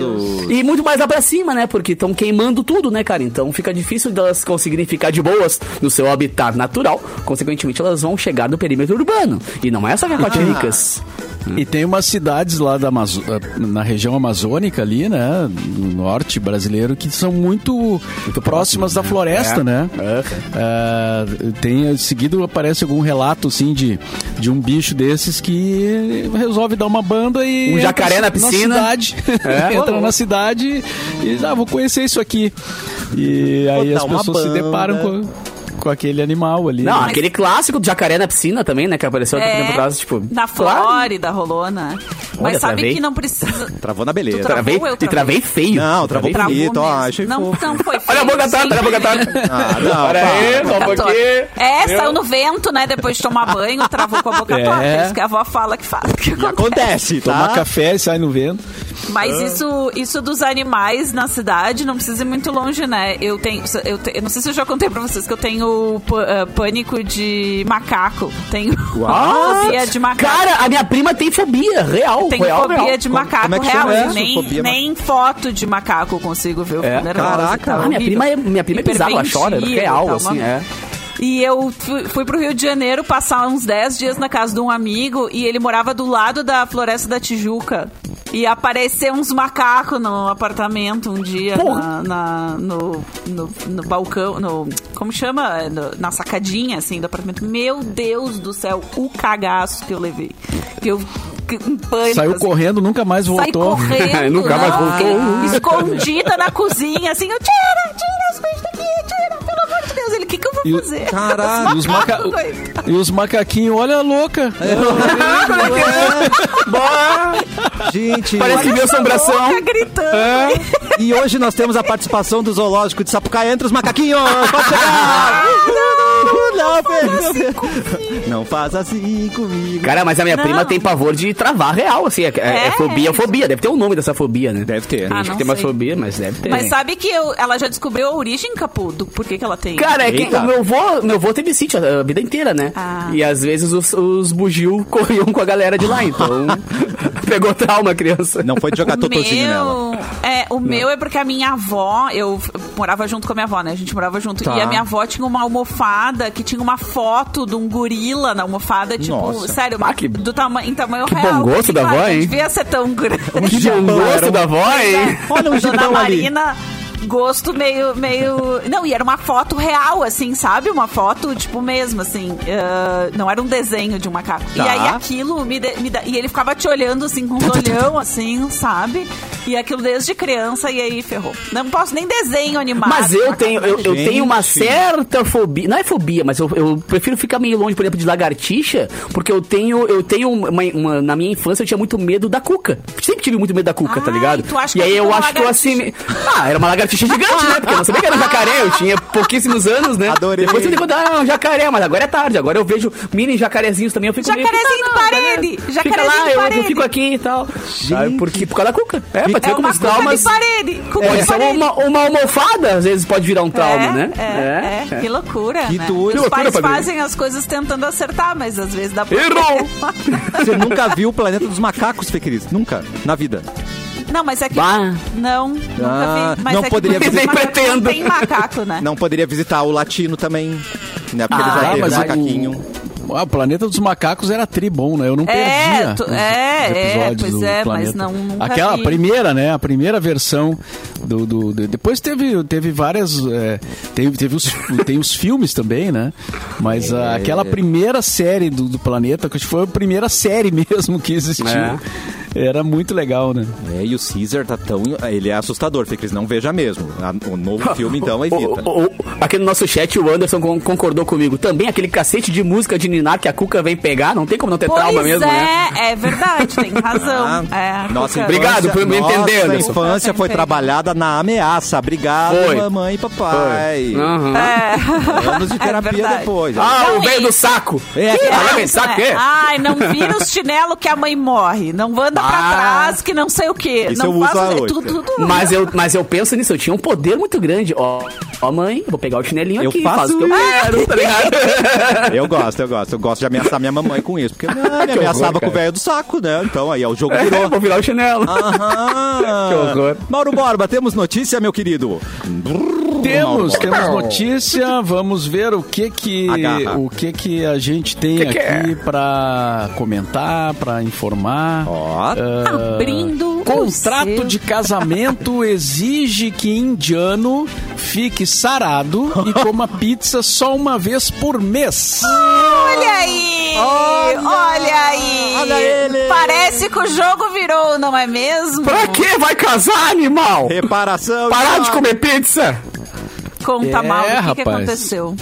[SPEAKER 3] E muito mais lá pra cima, né? Porque estão queimando tudo, né, cara? Então fica difícil delas conseguirem ficar de boas no seu habitat natural. Consequentemente, elas vão chegar no perímetro urbano. E não é só jaguatiricas.
[SPEAKER 2] E tem umas cidades lá da Amazo- na região amazônica ali, né? No norte brasileiro, que são muito, próximas da floresta, né? Ah, tem em seguido aparece algum relato assim de, de um bicho desses que resolve dar uma banda e
[SPEAKER 3] Um jacaré
[SPEAKER 2] entra
[SPEAKER 3] na piscina.
[SPEAKER 2] cidade,
[SPEAKER 3] É.
[SPEAKER 2] entra na cidade e ah, vou conhecer isso aqui. E aí
[SPEAKER 5] dar
[SPEAKER 2] as
[SPEAKER 5] uma
[SPEAKER 2] pessoas se
[SPEAKER 5] banda.
[SPEAKER 2] deparam com, com aquele animal ali.
[SPEAKER 3] Não,
[SPEAKER 2] né?
[SPEAKER 3] aquele clássico do jacaré na piscina também, né? Que apareceu há pouco tempo atrás, tipo.
[SPEAKER 4] É, na
[SPEAKER 3] claro.
[SPEAKER 4] Flórida rolou, né? Mas
[SPEAKER 3] Olha,
[SPEAKER 4] sabe
[SPEAKER 3] travei.
[SPEAKER 4] que não precisa...
[SPEAKER 5] Travou na
[SPEAKER 4] Tu
[SPEAKER 5] beleza.
[SPEAKER 4] travou?
[SPEAKER 3] Travei,
[SPEAKER 4] eu
[SPEAKER 3] e travei feio.
[SPEAKER 5] Não,
[SPEAKER 3] Travei.
[SPEAKER 5] travou
[SPEAKER 4] Travou
[SPEAKER 5] bonito, ó,
[SPEAKER 4] mesmo.
[SPEAKER 5] achei
[SPEAKER 4] não,
[SPEAKER 5] fofo.
[SPEAKER 4] não foi
[SPEAKER 3] Olha a boca
[SPEAKER 4] feio,
[SPEAKER 3] atada, olha a boca atada.
[SPEAKER 5] Ah, não,
[SPEAKER 3] Pera aí, só um
[SPEAKER 4] Boca torta.
[SPEAKER 3] pouquinho.
[SPEAKER 4] É, saiu no vento, né? Depois de tomar banho, travou com a boca
[SPEAKER 2] É.
[SPEAKER 4] torta. É isso que a avó fala que fala. Que
[SPEAKER 5] pá. Acontece, tá?
[SPEAKER 2] Tomar café e sai no vento.
[SPEAKER 4] Mas isso, isso dos animais na cidade não precisa ir muito longe, né? Eu tenho. Eu, te- eu não sei se eu já contei pra vocês que eu tenho pâ- ah, pânico de macaco. Tenho
[SPEAKER 3] Ah,
[SPEAKER 4] fobia de macaco.
[SPEAKER 3] Cara, a minha prima tem fobia, real.
[SPEAKER 4] tenho
[SPEAKER 3] real,
[SPEAKER 4] fobia
[SPEAKER 3] real.
[SPEAKER 4] de
[SPEAKER 5] Como-
[SPEAKER 4] macaco,
[SPEAKER 5] como é que
[SPEAKER 4] real.
[SPEAKER 5] chama
[SPEAKER 4] assim,
[SPEAKER 5] isso?
[SPEAKER 4] nem,
[SPEAKER 5] Fobia-
[SPEAKER 4] nem foto de macaco eu consigo ver. Eu fico
[SPEAKER 3] É?
[SPEAKER 4] nervosa.
[SPEAKER 5] Caraca.
[SPEAKER 4] tá
[SPEAKER 5] Ah,
[SPEAKER 3] Ah, minha
[SPEAKER 4] horrível.
[SPEAKER 3] prima é, minha prima é bizarra, ela chora,
[SPEAKER 4] Hiperventila,
[SPEAKER 3] real,
[SPEAKER 4] tá uma-
[SPEAKER 3] assim, é.
[SPEAKER 4] E eu fui, fui pro Rio de Janeiro passar uns 10 dias na casa de um amigo e ele morava do lado da Floresta da Tijuca. E apareceu uns macacos no apartamento um dia, na,
[SPEAKER 3] Porra!
[SPEAKER 4] na- no, no, no balcão, no, como chama? É, No- na sacadinha, assim, do apartamento. Meu Deus do céu, o cagaço que eu levei. Que eu, que, em pânico,
[SPEAKER 2] Saiu
[SPEAKER 4] assim.
[SPEAKER 2] correndo, nunca mais
[SPEAKER 4] Sai
[SPEAKER 2] voltou.
[SPEAKER 4] correndo.
[SPEAKER 3] Nunca mais
[SPEAKER 4] não,
[SPEAKER 3] voltou.
[SPEAKER 4] fiquei Escondida na cozinha, assim, eu tira, tira as coisas daqui, tira, pelo amor de Deus. Ele, o que, que eu
[SPEAKER 2] E
[SPEAKER 4] vou
[SPEAKER 2] o-
[SPEAKER 4] fazer?
[SPEAKER 5] Caralho,
[SPEAKER 2] Ah, E os, maca...
[SPEAKER 4] coitado.
[SPEAKER 2] e os macaquinhos, olha a louca.
[SPEAKER 4] É.
[SPEAKER 5] Gente,
[SPEAKER 3] Parece que
[SPEAKER 5] olha-
[SPEAKER 3] minha
[SPEAKER 2] é
[SPEAKER 3] assombração.
[SPEAKER 2] um
[SPEAKER 4] Louca, gritando.
[SPEAKER 5] e hoje nós temos a participação do zoológico de Sapucaí entre os macaquinhos. Pode chegar! Ah, Não, assim.
[SPEAKER 4] assim,
[SPEAKER 5] Fê. não faz assim comigo.
[SPEAKER 3] Cara, mas a minha
[SPEAKER 4] Não.
[SPEAKER 3] prima tem pavor de travar real, assim. É, é- é
[SPEAKER 4] É?
[SPEAKER 3] fobia, fobia. Deve ter um nome dessa fobia, né?
[SPEAKER 5] Deve
[SPEAKER 3] Tem
[SPEAKER 5] ter.
[SPEAKER 4] Ah,
[SPEAKER 3] gente
[SPEAKER 4] não
[SPEAKER 3] que tem mais
[SPEAKER 4] sei.
[SPEAKER 3] fobia, mas deve ter.
[SPEAKER 4] Mas sabe que eu- ela já descobriu a origem, Capu, do porquê que ela tem.
[SPEAKER 3] Cara, é que
[SPEAKER 5] Eita.
[SPEAKER 3] o meu avô, meu avô teve sítio a, a vida inteira, né?
[SPEAKER 4] Ah.
[SPEAKER 3] E às vezes os, os bugio corriam com a galera de lá, então pegou trauma a criança.
[SPEAKER 5] Não foi de jogar totozinho nela.
[SPEAKER 4] É, o meu é porque a minha avó, eu f- morava junto com a minha avó, né? A gente morava junto.
[SPEAKER 5] Tá.
[SPEAKER 4] E a minha avó tinha uma almofada que tinha uma foto de um gorila na almofada, tipo,
[SPEAKER 5] Nossa.
[SPEAKER 4] sério,
[SPEAKER 3] Ah, que-
[SPEAKER 4] do tama em tamanho
[SPEAKER 3] que
[SPEAKER 4] real.
[SPEAKER 3] bom gosto da
[SPEAKER 4] Claro,
[SPEAKER 3] avó, hein?
[SPEAKER 4] Não devia ser tão grande.
[SPEAKER 3] Que bom
[SPEAKER 5] Japão, era
[SPEAKER 3] gosto
[SPEAKER 5] um-
[SPEAKER 3] da avó, hein?
[SPEAKER 5] Olha um
[SPEAKER 4] Dona
[SPEAKER 5] gibão ali.
[SPEAKER 4] Marina, gosto meio, meio... Não, e era uma foto real, assim, sabe? Uma foto, tipo, mesmo, assim. ah, não era um desenho de um macaco. E
[SPEAKER 5] Tá.
[SPEAKER 4] aí aquilo me, de- me dá... E ele ficava te olhando, assim, com um olhão, assim, sabe? E aquilo desde criança, e aí ferrou. Não posso nem desenho animado.
[SPEAKER 3] Mas eu
[SPEAKER 4] macaco.
[SPEAKER 3] tenho, eu, eu
[SPEAKER 5] Gente.
[SPEAKER 3] tenho uma certa fobia. Não é fobia, mas eu, eu prefiro ficar meio longe, por exemplo, de lagartixa, porque eu tenho. Eu tenho uma, uma- na minha infância eu tinha muito medo da cuca. Sempre tive muito medo da cuca, tá
[SPEAKER 4] Ai,
[SPEAKER 3] ligado?
[SPEAKER 4] tu acha
[SPEAKER 3] e
[SPEAKER 4] que
[SPEAKER 3] aí
[SPEAKER 4] era
[SPEAKER 3] eu
[SPEAKER 4] uma
[SPEAKER 3] acho que eu assim. Ah, era uma lagartixa gigante, né? Porque eu não sabia que era um jacaré, eu tinha pouquíssimos anos, né?
[SPEAKER 5] Adorei.
[SPEAKER 3] Depois eu digo, ah, um jacaré, mas agora é tarde, agora eu vejo mini jacarezinhos também, eu fico meio.
[SPEAKER 4] Jacarezinho de
[SPEAKER 3] "Ah, não,
[SPEAKER 4] parede,
[SPEAKER 3] galera, Fica
[SPEAKER 4] jacarezinho
[SPEAKER 3] lá,
[SPEAKER 4] de
[SPEAKER 3] eu- eu,
[SPEAKER 4] parede."
[SPEAKER 3] fico aqui e tal. Sabe? Porque, por causa da cuca. É, pra
[SPEAKER 4] É
[SPEAKER 3] ter como
[SPEAKER 4] uma
[SPEAKER 3] os
[SPEAKER 4] cuca
[SPEAKER 3] traumas. É,
[SPEAKER 4] de parede. Cuca
[SPEAKER 3] Pode
[SPEAKER 4] de
[SPEAKER 3] ser
[SPEAKER 4] parede.
[SPEAKER 3] uma, uma almofada, às vezes pode virar um trauma,
[SPEAKER 4] é,
[SPEAKER 3] né?
[SPEAKER 4] É, é. que loucura.
[SPEAKER 5] Que
[SPEAKER 4] né?
[SPEAKER 5] doido.
[SPEAKER 4] Os
[SPEAKER 3] Que loucura,
[SPEAKER 4] pais
[SPEAKER 3] Padre.
[SPEAKER 4] fazem as coisas tentando acertar, mas às vezes
[SPEAKER 3] É.
[SPEAKER 4] dá pra.
[SPEAKER 3] Errou!
[SPEAKER 5] Você nunca viu o planeta dos macacos, Fê querido? Nunca, na vida.
[SPEAKER 4] Não, mas é que.
[SPEAKER 3] Bah.
[SPEAKER 4] Não, nunca
[SPEAKER 5] Ah,
[SPEAKER 4] vi. Mas
[SPEAKER 5] não
[SPEAKER 4] é que
[SPEAKER 5] poderia
[SPEAKER 4] tem
[SPEAKER 3] dizer. Nem
[SPEAKER 4] macaco,
[SPEAKER 3] pretendo.
[SPEAKER 4] não Tem macaco, né?
[SPEAKER 5] Não é poderia visitar o latino também, né? Porque
[SPEAKER 3] Ah,
[SPEAKER 5] ele já teve
[SPEAKER 2] mas o-
[SPEAKER 5] macaquinho.
[SPEAKER 2] Ah, o Planeta dos Macacos era tri bom, né? Eu não
[SPEAKER 4] É,
[SPEAKER 2] perdia.
[SPEAKER 4] tu-
[SPEAKER 2] os
[SPEAKER 4] é, é,
[SPEAKER 2] episódios
[SPEAKER 4] pois
[SPEAKER 2] do
[SPEAKER 4] é, mas
[SPEAKER 2] Planeta.
[SPEAKER 4] não- nunca
[SPEAKER 2] Aquela
[SPEAKER 4] vi.
[SPEAKER 2] primeira, né? A primeira versão do... do- do- depois teve, teve várias... é, teve, teve os, tem os filmes também, né? Mas
[SPEAKER 4] É.
[SPEAKER 2] ah, aquela primeira série do, do Planeta, que foi a primeira série mesmo que existiu.
[SPEAKER 3] É.
[SPEAKER 2] Era muito legal, né?
[SPEAKER 5] É, e o Caesar tá tão. Ele é assustador, Fê Cris, não veja mesmo. A- O novo filme, então, evita.
[SPEAKER 3] O- o- o- aqui no nosso chat, o Anderson con- concordou comigo. Também aquele cacete de música de Ninar que a Cuca vem pegar, não tem como não ter trauma
[SPEAKER 4] Pois
[SPEAKER 3] mesmo,
[SPEAKER 4] é,
[SPEAKER 3] né?
[SPEAKER 4] é verdade, tem razão.
[SPEAKER 5] Ah,
[SPEAKER 4] É,
[SPEAKER 5] nossa
[SPEAKER 4] Cuca.
[SPEAKER 5] infância,
[SPEAKER 3] Obrigado por me entender,
[SPEAKER 5] Nossa
[SPEAKER 3] Anderson.
[SPEAKER 5] infância foi trabalhada na ameaça. Obrigado,
[SPEAKER 3] Foi.
[SPEAKER 5] mamãe e papai.
[SPEAKER 3] Aham.
[SPEAKER 5] Anos de terapia
[SPEAKER 4] É. verdade.
[SPEAKER 5] depois. né?
[SPEAKER 3] Ah,
[SPEAKER 4] Não,
[SPEAKER 3] o velho
[SPEAKER 4] e-
[SPEAKER 3] do saco!
[SPEAKER 5] É,
[SPEAKER 3] Que?
[SPEAKER 5] é,
[SPEAKER 3] Vai pensar
[SPEAKER 4] É.
[SPEAKER 3] o quê?
[SPEAKER 4] Ai, não vira os chinelo que a mãe morre. Não anda pra
[SPEAKER 3] Ah.
[SPEAKER 4] trás que não sei o quê.
[SPEAKER 5] Isso
[SPEAKER 4] não
[SPEAKER 5] eu uso
[SPEAKER 4] faz-
[SPEAKER 5] a
[SPEAKER 4] é
[SPEAKER 5] oito.
[SPEAKER 4] tudo, tudo.
[SPEAKER 3] Mas eu, mas eu penso nisso, eu tinha um poder muito grande. Ó, ó mãe, vou pegar o chinelinho
[SPEAKER 5] Eu
[SPEAKER 3] aqui,
[SPEAKER 5] faço
[SPEAKER 3] faço o que eu quero, tá ligado?
[SPEAKER 5] Eu gosto, eu gosto. Eu gosto de ameaçar minha mamãe com isso. Porque ah, me ameaçava com o velho do saco, né? Então aí ó, o jogo virou.
[SPEAKER 3] vou virar o chinelo.
[SPEAKER 5] Ah. Aham.
[SPEAKER 3] Que horror.
[SPEAKER 5] Mauro Borba, temos notícia, meu querido?
[SPEAKER 2] Temos, temos notícia, vamos ver o que que
[SPEAKER 5] Agarra.
[SPEAKER 2] o que que a gente tem
[SPEAKER 3] que
[SPEAKER 2] aqui pra comentar, pra informar.
[SPEAKER 3] É.
[SPEAKER 5] Ó.
[SPEAKER 2] Ah,
[SPEAKER 4] Abrindo o
[SPEAKER 2] Contrato
[SPEAKER 4] seu-
[SPEAKER 2] de casamento exige que indiano fique sarado e coma pizza só uma vez por mês.
[SPEAKER 4] Olha aí! Olha, aí!
[SPEAKER 5] Olha ele!
[SPEAKER 4] Parece que o jogo virou, não é mesmo?
[SPEAKER 3] pra que vai casar, animal?
[SPEAKER 5] Reparação. Ah,
[SPEAKER 3] Parar
[SPEAKER 5] e-
[SPEAKER 3] de comer pizza!
[SPEAKER 4] Conta
[SPEAKER 2] É,
[SPEAKER 4] mal, o que que,
[SPEAKER 2] rapaz.
[SPEAKER 4] aconteceu?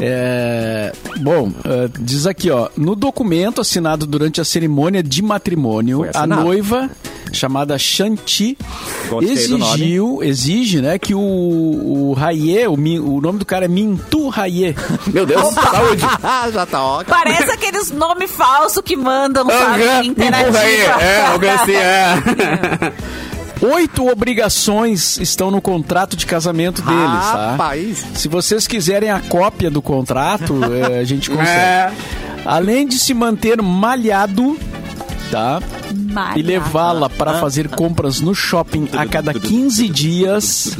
[SPEAKER 2] É, bom, eh, diz aqui, ó. No documento assinado durante a cerimônia de matrimônio,
[SPEAKER 5] Foi
[SPEAKER 2] a
[SPEAKER 5] assinado.
[SPEAKER 2] noiva, chamada Shanti,
[SPEAKER 5] Gostei do nome.
[SPEAKER 2] exigiu, exige, né, que o, o Raie, o, Mi- o nome do cara é Mintu Raie.
[SPEAKER 3] Meu Deus, saúde!
[SPEAKER 5] Ah, já tá ó.
[SPEAKER 4] Parece aqueles nome falso que mandam, sabe?
[SPEAKER 3] Aham, empurra aí!
[SPEAKER 4] Interativa.
[SPEAKER 3] É, algo assim, é.
[SPEAKER 2] Oito obrigações estão no contrato de casamento deles, tá?
[SPEAKER 5] Rapaz.
[SPEAKER 2] Se vocês quiserem a cópia do contrato, eh, a gente consegue.
[SPEAKER 3] É.
[SPEAKER 2] Além de se manter malhado, tá? e
[SPEAKER 4] Malha.
[SPEAKER 2] levá-la
[SPEAKER 5] né?
[SPEAKER 2] para fazer compras no shopping a cada 15 dias,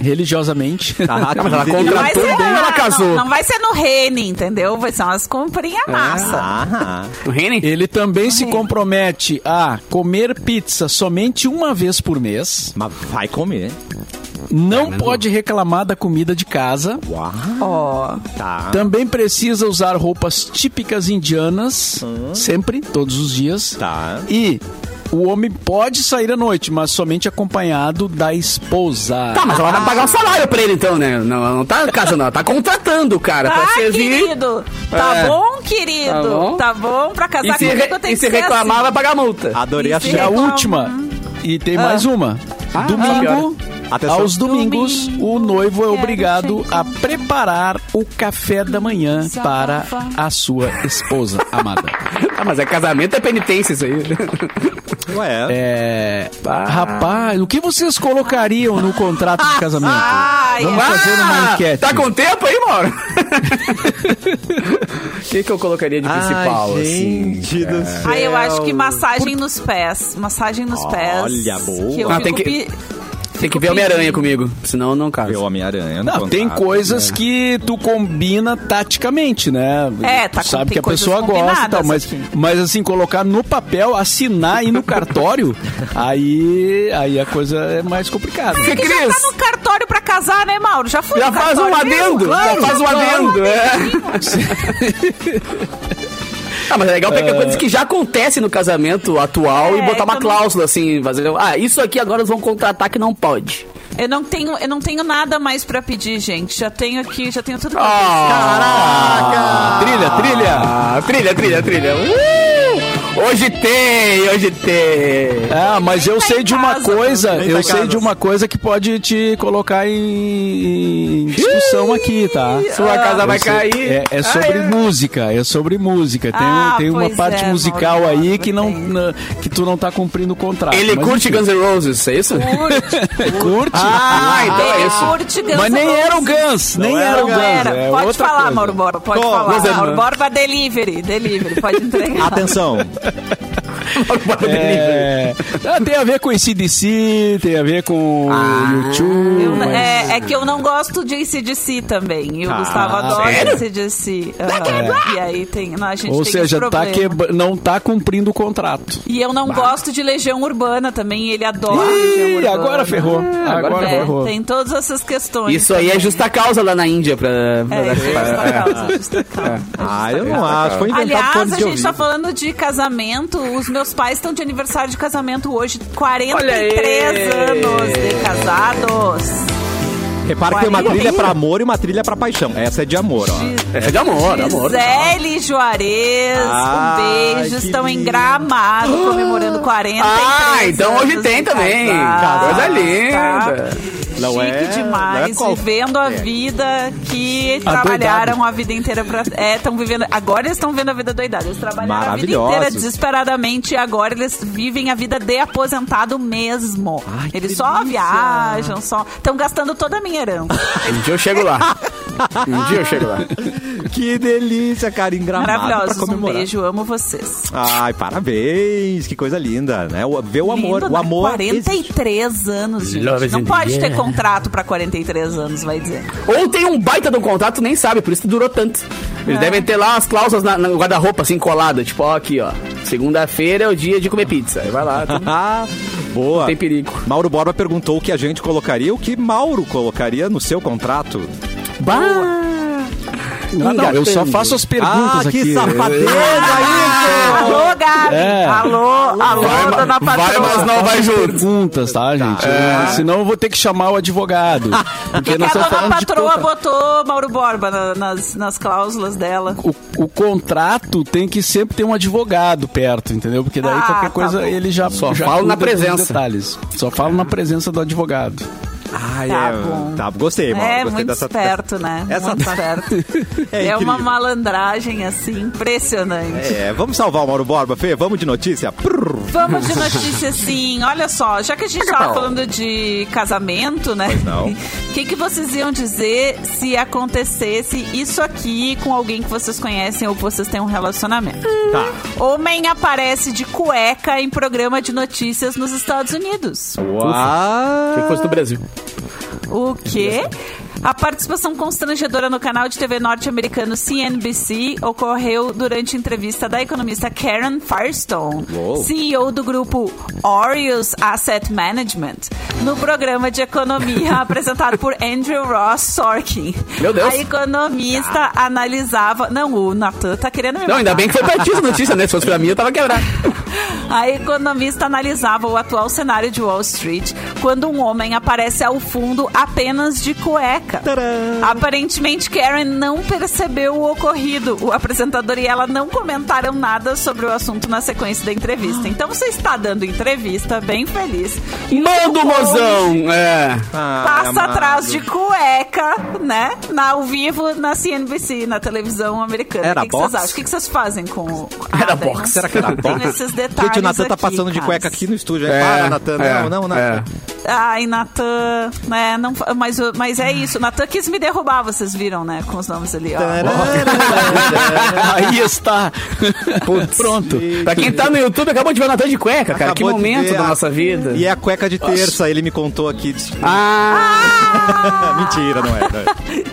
[SPEAKER 2] religiosamente.
[SPEAKER 5] Tá,
[SPEAKER 3] Não, mas ela
[SPEAKER 5] 15 dias.
[SPEAKER 4] Não vai
[SPEAKER 3] contratou
[SPEAKER 4] ser,
[SPEAKER 3] bem, ela
[SPEAKER 4] é, não,
[SPEAKER 3] casou. É.
[SPEAKER 4] Não, vai ser no Rene, entendeu? Vai ser umas comprinhas massa.
[SPEAKER 5] Ah,
[SPEAKER 3] O Reni?
[SPEAKER 2] Ele também se compromete a comer pizza somente uma vez por mês,
[SPEAKER 5] mas vai comer.
[SPEAKER 2] não pode reclamar da comida de casa,
[SPEAKER 5] Uau.
[SPEAKER 4] Ó,
[SPEAKER 3] É
[SPEAKER 5] Tá.
[SPEAKER 2] também precisa usar roupas típicas indianas, sempre, todos os dias.
[SPEAKER 5] Hum. Tá.
[SPEAKER 2] E o homem pode sair à noite, mas somente acompanhado da esposa.
[SPEAKER 3] Tá, mas ela vai pagar um salário pra ele então, né? Não, ela não tá casando, ela tá contratando o cara
[SPEAKER 4] tá,
[SPEAKER 3] pra servir.
[SPEAKER 4] querido. Tá
[SPEAKER 3] É.
[SPEAKER 4] bom, querido. Tá
[SPEAKER 3] Tá
[SPEAKER 4] bom,
[SPEAKER 3] bom.
[SPEAKER 4] pra
[SPEAKER 3] E
[SPEAKER 4] casar
[SPEAKER 3] se,
[SPEAKER 4] comigo
[SPEAKER 3] re-
[SPEAKER 4] tem
[SPEAKER 3] e
[SPEAKER 4] que
[SPEAKER 3] se
[SPEAKER 4] ser
[SPEAKER 3] reclamar,
[SPEAKER 4] assim.
[SPEAKER 3] vai pagar multa.
[SPEAKER 5] Adorei a
[SPEAKER 4] Isso
[SPEAKER 2] E a
[SPEAKER 5] chave.
[SPEAKER 4] Então,
[SPEAKER 2] última.
[SPEAKER 4] hum.
[SPEAKER 2] E tem mais uma.
[SPEAKER 3] Ah,
[SPEAKER 2] Domingo.
[SPEAKER 5] Atenção.
[SPEAKER 2] Aos domingos,
[SPEAKER 4] Domingo,
[SPEAKER 2] o noivo é
[SPEAKER 4] quero
[SPEAKER 2] obrigado
[SPEAKER 4] chegar.
[SPEAKER 2] a preparar o café da manhã para a sua esposa amada.
[SPEAKER 3] Ah, mas é casamento, é penitência isso aí.
[SPEAKER 5] Ué.
[SPEAKER 2] É, rapaz, o que vocês colocariam no contrato
[SPEAKER 4] Ah,
[SPEAKER 2] de casamento?
[SPEAKER 4] Ai,
[SPEAKER 2] Vamos fazer uma enquete.
[SPEAKER 3] Ah, tá com tempo aí, Mauro? O que, que eu colocaria de principal,
[SPEAKER 5] Ai,
[SPEAKER 3] assim?
[SPEAKER 5] gente do céu.
[SPEAKER 4] Ai, eu acho que massagem nos pés. Massagem nos pés.
[SPEAKER 5] Olha, boa.
[SPEAKER 4] Que eu
[SPEAKER 3] Ah,
[SPEAKER 4] fico
[SPEAKER 3] tem que-
[SPEAKER 4] pi-
[SPEAKER 3] Tem que ver Homem-Aranha comigo, senão É eu não caso.
[SPEAKER 5] Ver o Homem-Aranha. no
[SPEAKER 2] Não, É. tem
[SPEAKER 5] contrato,
[SPEAKER 2] coisas
[SPEAKER 5] né?
[SPEAKER 2] que tu combina taticamente, né?
[SPEAKER 4] É, tá
[SPEAKER 2] Tu
[SPEAKER 4] com-
[SPEAKER 2] Sabe
[SPEAKER 4] tem
[SPEAKER 2] que a
[SPEAKER 4] coisas
[SPEAKER 2] pessoa gosta e tal,
[SPEAKER 4] combinadas
[SPEAKER 2] mas,
[SPEAKER 4] aqui.
[SPEAKER 2] mas assim, colocar no papel, assinar e no cartório, aí, aí a coisa é mais complicada.
[SPEAKER 3] Fê
[SPEAKER 4] Que já tá
[SPEAKER 3] Cris,
[SPEAKER 4] no cartório pra casar, né, Mauro? Já foi
[SPEAKER 3] já
[SPEAKER 4] no
[SPEAKER 3] faz um
[SPEAKER 4] cartório mesmo,
[SPEAKER 3] adendo,
[SPEAKER 4] claro.
[SPEAKER 3] já faz um adendo, é. Ah, mas é legal pegar coisas que já acontecem no casamento atual
[SPEAKER 4] É,
[SPEAKER 3] e botar uma
[SPEAKER 4] eu também-
[SPEAKER 3] cláusula, assim, fazer... Ah, isso aqui agora eles vão contratar que não pode.
[SPEAKER 4] Eu não tenho, eu não tenho nada mais pra pedir, gente. Já tenho aqui, já tenho tudo pra
[SPEAKER 3] Ah,
[SPEAKER 2] Ah!
[SPEAKER 3] Caraca! Trilha, trilha! trilha, trilha, trilha. Uh! Hoje tem, hoje tem.
[SPEAKER 2] Ah, mas eu
[SPEAKER 4] tá
[SPEAKER 2] sei
[SPEAKER 4] em
[SPEAKER 2] de uma
[SPEAKER 4] casa.
[SPEAKER 2] coisa,
[SPEAKER 5] Nem tá
[SPEAKER 2] eu
[SPEAKER 5] em
[SPEAKER 2] sei
[SPEAKER 5] casa.
[SPEAKER 2] de uma coisa que pode te colocar em, em discussão aqui, tá?
[SPEAKER 3] Sua casa vai
[SPEAKER 2] Eu sei-
[SPEAKER 3] cair.
[SPEAKER 2] É, é sobre
[SPEAKER 3] Ah, é.
[SPEAKER 2] música, é sobre música. Tem,
[SPEAKER 4] Ah,
[SPEAKER 2] tem uma
[SPEAKER 4] pois
[SPEAKER 2] parte
[SPEAKER 4] é,
[SPEAKER 2] musical
[SPEAKER 4] Mauro,
[SPEAKER 2] aí
[SPEAKER 4] Mauro,
[SPEAKER 2] que não
[SPEAKER 4] tem.
[SPEAKER 2] na- que tu não tá cumprindo o contrato.
[SPEAKER 3] Ele
[SPEAKER 2] mas
[SPEAKER 3] curte
[SPEAKER 2] enfim.
[SPEAKER 3] Guns N' Roses, é isso?
[SPEAKER 4] pedir.
[SPEAKER 2] Curte?
[SPEAKER 3] Ah, então é isso.
[SPEAKER 4] Curte Guns
[SPEAKER 2] mas
[SPEAKER 4] N'
[SPEAKER 2] nem era o
[SPEAKER 4] Roses.
[SPEAKER 2] Guns, nem
[SPEAKER 5] Não
[SPEAKER 2] era o
[SPEAKER 4] Não
[SPEAKER 2] Guns.
[SPEAKER 4] era. um
[SPEAKER 2] é
[SPEAKER 4] pode
[SPEAKER 2] outra
[SPEAKER 4] falar,
[SPEAKER 2] coisa.
[SPEAKER 4] Mauro Borba, pode
[SPEAKER 5] Bom,
[SPEAKER 4] falar.
[SPEAKER 5] Guns N'
[SPEAKER 4] Mauro Borba, delivery, delivery, pode entregar.
[SPEAKER 5] Atenção.
[SPEAKER 2] É, ah, tem a ver com ACDC, tem a ver com YouTube.
[SPEAKER 4] Eu-
[SPEAKER 2] mas-
[SPEAKER 4] é, é que eu não gosto de ACDC também. E o
[SPEAKER 5] Ah,
[SPEAKER 2] tá
[SPEAKER 4] Gustavo adora
[SPEAKER 3] sério?
[SPEAKER 4] ACDC. Aham. E aí tem. não, a gente
[SPEAKER 2] Ou
[SPEAKER 4] tem
[SPEAKER 2] seja,
[SPEAKER 4] esse
[SPEAKER 2] tá
[SPEAKER 4] problema.
[SPEAKER 2] quebra- não tá cumprindo o contrato.
[SPEAKER 4] E eu não gosto de Legião Urbana também. Ele adora Legião
[SPEAKER 2] Ih,
[SPEAKER 4] Urbana.
[SPEAKER 2] agora ferrou. Agora
[SPEAKER 4] É,
[SPEAKER 2] ferrou.
[SPEAKER 4] tem todas essas questões.
[SPEAKER 3] Isso aí é justa causa lá na Índia pra...
[SPEAKER 4] É, é justa causa, justa causa.
[SPEAKER 5] Ah, eu não acho. Foi inventado
[SPEAKER 4] Aliás,
[SPEAKER 5] fones
[SPEAKER 4] a
[SPEAKER 5] de
[SPEAKER 4] gente tá
[SPEAKER 5] ouvido.
[SPEAKER 4] falando de casamento. Os meus meus pais estão de aniversário de casamento hoje,
[SPEAKER 3] Olha aí!
[SPEAKER 4] 43 anos de casados.
[SPEAKER 5] Repara que tem uma
[SPEAKER 4] Quarenta.
[SPEAKER 5] trilha pra amor e uma trilha pra paixão. Essa é de amor, ó.
[SPEAKER 3] É de amor, amor.
[SPEAKER 4] Gisele Juarez,
[SPEAKER 5] Ah,
[SPEAKER 4] um beijo,
[SPEAKER 5] que
[SPEAKER 4] estão em
[SPEAKER 5] lindo.
[SPEAKER 4] Gramado comemorando 43
[SPEAKER 3] Ah, então hoje
[SPEAKER 4] anos
[SPEAKER 3] tem
[SPEAKER 4] de Tá.
[SPEAKER 3] também.
[SPEAKER 4] casados,
[SPEAKER 3] Coisa
[SPEAKER 4] tá?
[SPEAKER 3] linda.
[SPEAKER 5] Não
[SPEAKER 4] Chique
[SPEAKER 5] é- não é
[SPEAKER 4] demais,
[SPEAKER 5] qual-
[SPEAKER 4] vivendo a
[SPEAKER 5] é.
[SPEAKER 4] vida que trabalharam a vida inteira pra. É, estão vivendo. Agora eles estão vivendo a vida doidada. Eles trabalharam a vida
[SPEAKER 5] Maravilhosos.
[SPEAKER 4] inteira desesperadamente e agora eles vivem a vida de aposentado mesmo. eles só viajam, só. Estão gastando toda a minha herança.
[SPEAKER 3] Um dia eu chego lá. Um dia eu chego lá.
[SPEAKER 5] Que delícia, cara, engramado pra
[SPEAKER 4] Maravilhosos. Um
[SPEAKER 5] comemorar.
[SPEAKER 4] beijo, amo vocês.
[SPEAKER 5] Ai, parabéns, que coisa linda, né? O- Vê o amor,
[SPEAKER 4] Lindo,
[SPEAKER 5] o
[SPEAKER 4] né?
[SPEAKER 5] amor.
[SPEAKER 4] 43 anos, gente.
[SPEAKER 3] Love is
[SPEAKER 4] Não
[SPEAKER 3] in
[SPEAKER 4] pode
[SPEAKER 3] the
[SPEAKER 4] ter
[SPEAKER 3] air.
[SPEAKER 4] contrato pra 43 anos, vai dizer.
[SPEAKER 3] Ou tem um baita de um contrato, nem sabe, por isso que durou tanto.
[SPEAKER 4] É.
[SPEAKER 3] Eles devem ter lá as cláusulas na, no guarda-roupa, assim, colada. Tipo, ó, aqui, ó. Segunda-feira é o dia de comer pizza. Aí vai lá, tu-
[SPEAKER 5] Ah, boa.
[SPEAKER 3] tem perigo.
[SPEAKER 5] Mauro Borba perguntou o que a gente colocaria, o que Mauro colocaria no seu contrato.
[SPEAKER 2] Ah, Não, não, eu só faço as perguntas
[SPEAKER 5] ah, que
[SPEAKER 2] aqui.
[SPEAKER 5] safadeza isso!
[SPEAKER 4] Alô, Gabi!
[SPEAKER 2] É.
[SPEAKER 4] Alô, alô, dona
[SPEAKER 3] vai,
[SPEAKER 4] patroa!
[SPEAKER 3] mas não vai junto.
[SPEAKER 2] Perguntas, tá, gente? Eu- Senão eu vou ter que chamar o advogado. Porque
[SPEAKER 4] Porque
[SPEAKER 2] nós
[SPEAKER 4] a
[SPEAKER 2] estamos
[SPEAKER 4] dona
[SPEAKER 2] falando de
[SPEAKER 4] patroa
[SPEAKER 2] contra-
[SPEAKER 4] botou Mauro Borba na- nas, nas cláusulas dela.
[SPEAKER 2] o, o contrato tem que sempre ter um advogado perto, entendeu? Porque daí
[SPEAKER 4] Ah,
[SPEAKER 2] qualquer
[SPEAKER 4] tá
[SPEAKER 2] coisa
[SPEAKER 4] bom.
[SPEAKER 2] ele já
[SPEAKER 3] Só
[SPEAKER 2] já
[SPEAKER 3] falo na
[SPEAKER 2] cuida dos
[SPEAKER 3] presença.
[SPEAKER 2] detalhes. Só falo na presença do advogado.
[SPEAKER 5] Ah,
[SPEAKER 4] Tá
[SPEAKER 5] é,
[SPEAKER 4] bom.
[SPEAKER 5] Tá, gostei, Mauro.
[SPEAKER 4] É,
[SPEAKER 5] gostei
[SPEAKER 4] muito
[SPEAKER 5] dessa-
[SPEAKER 4] esperto, né?
[SPEAKER 5] Essa-
[SPEAKER 4] muito esperto. É,
[SPEAKER 5] É
[SPEAKER 4] uma
[SPEAKER 5] incrível.
[SPEAKER 4] malandragem, assim, impressionante.
[SPEAKER 5] É, vamos salvar o Mauro Borba, Fê? Vamos de notícia? Prrr.
[SPEAKER 4] Vamos de notícia sim. Olha só, já que a gente tava falando de casamento, né?
[SPEAKER 5] Então. não.
[SPEAKER 4] O que, que vocês iam dizer se acontecesse isso aqui com alguém que vocês conhecem ou que vocês têm um relacionamento?
[SPEAKER 5] Tá.
[SPEAKER 4] Homem aparece de cueca em programa de notícias nos Estados Unidos.
[SPEAKER 3] Ah,
[SPEAKER 5] Uau!
[SPEAKER 3] Achei que fosse do Brasil.
[SPEAKER 4] O quê? A participação constrangedora no canal de TV norte-americano CNBC ocorreu durante entrevista da economista Karen Firestone,
[SPEAKER 5] Uou.
[SPEAKER 4] CEO do grupo Aureus Asset Management, no programa de economia apresentado por Andrew Ross Sorkin.
[SPEAKER 3] Meu Deus. Ah.
[SPEAKER 4] A economista analisava... Não, o Natan tá querendo me
[SPEAKER 3] Não, ainda
[SPEAKER 4] matar.
[SPEAKER 3] bem que foi pra ti essa notícia, né? Se fosse pra mim, eu tava quebrado.
[SPEAKER 4] A economista analisava o atual cenário de Wall Street quando um homem aparece ao fundo apenas de cueca. Aparentemente, Karen não percebeu o ocorrido. O apresentador e ela não comentaram nada sobre o assunto na sequência da entrevista. Então você está dando entrevista, bem feliz.
[SPEAKER 3] Manda o
[SPEAKER 4] Muito
[SPEAKER 3] mozão! É.
[SPEAKER 5] Ah,
[SPEAKER 4] Passa
[SPEAKER 5] amado.
[SPEAKER 4] atrás de cueca, né? Na, ao vivo na CNBC, na televisão americana.
[SPEAKER 5] Era
[SPEAKER 4] o que, que vocês
[SPEAKER 5] box?
[SPEAKER 4] acham? O que, que vocês fazem com o.
[SPEAKER 3] Era
[SPEAKER 4] Ah, daí
[SPEAKER 3] box,
[SPEAKER 4] não
[SPEAKER 5] Será que era
[SPEAKER 4] sei.
[SPEAKER 5] bom?
[SPEAKER 4] Tem esses detalhes.
[SPEAKER 5] Gente, o Natan tá
[SPEAKER 4] aqui,
[SPEAKER 5] passando de
[SPEAKER 4] cara.
[SPEAKER 5] cueca aqui no estúdio. hein?
[SPEAKER 3] É,
[SPEAKER 5] Para, Natan.
[SPEAKER 3] é,
[SPEAKER 5] não, não, não.
[SPEAKER 3] é.
[SPEAKER 4] Ai, Natan, né? Não, fa- mas, o- mas é isso. Natan quis me derrubar, vocês viram, né? Com os nomes ali, ó.
[SPEAKER 3] Tá.
[SPEAKER 2] Aí está. Pronto.
[SPEAKER 3] Pra quem tá no YouTube, acabou de ver o Natan de cueca, cara.
[SPEAKER 5] Acabou
[SPEAKER 3] que
[SPEAKER 5] de
[SPEAKER 3] momento
[SPEAKER 5] ver
[SPEAKER 3] da
[SPEAKER 5] a-
[SPEAKER 3] nossa vida.
[SPEAKER 5] E é a cueca de terça, ele me contou aqui.
[SPEAKER 3] Ah,
[SPEAKER 5] Mentira, não é. não é.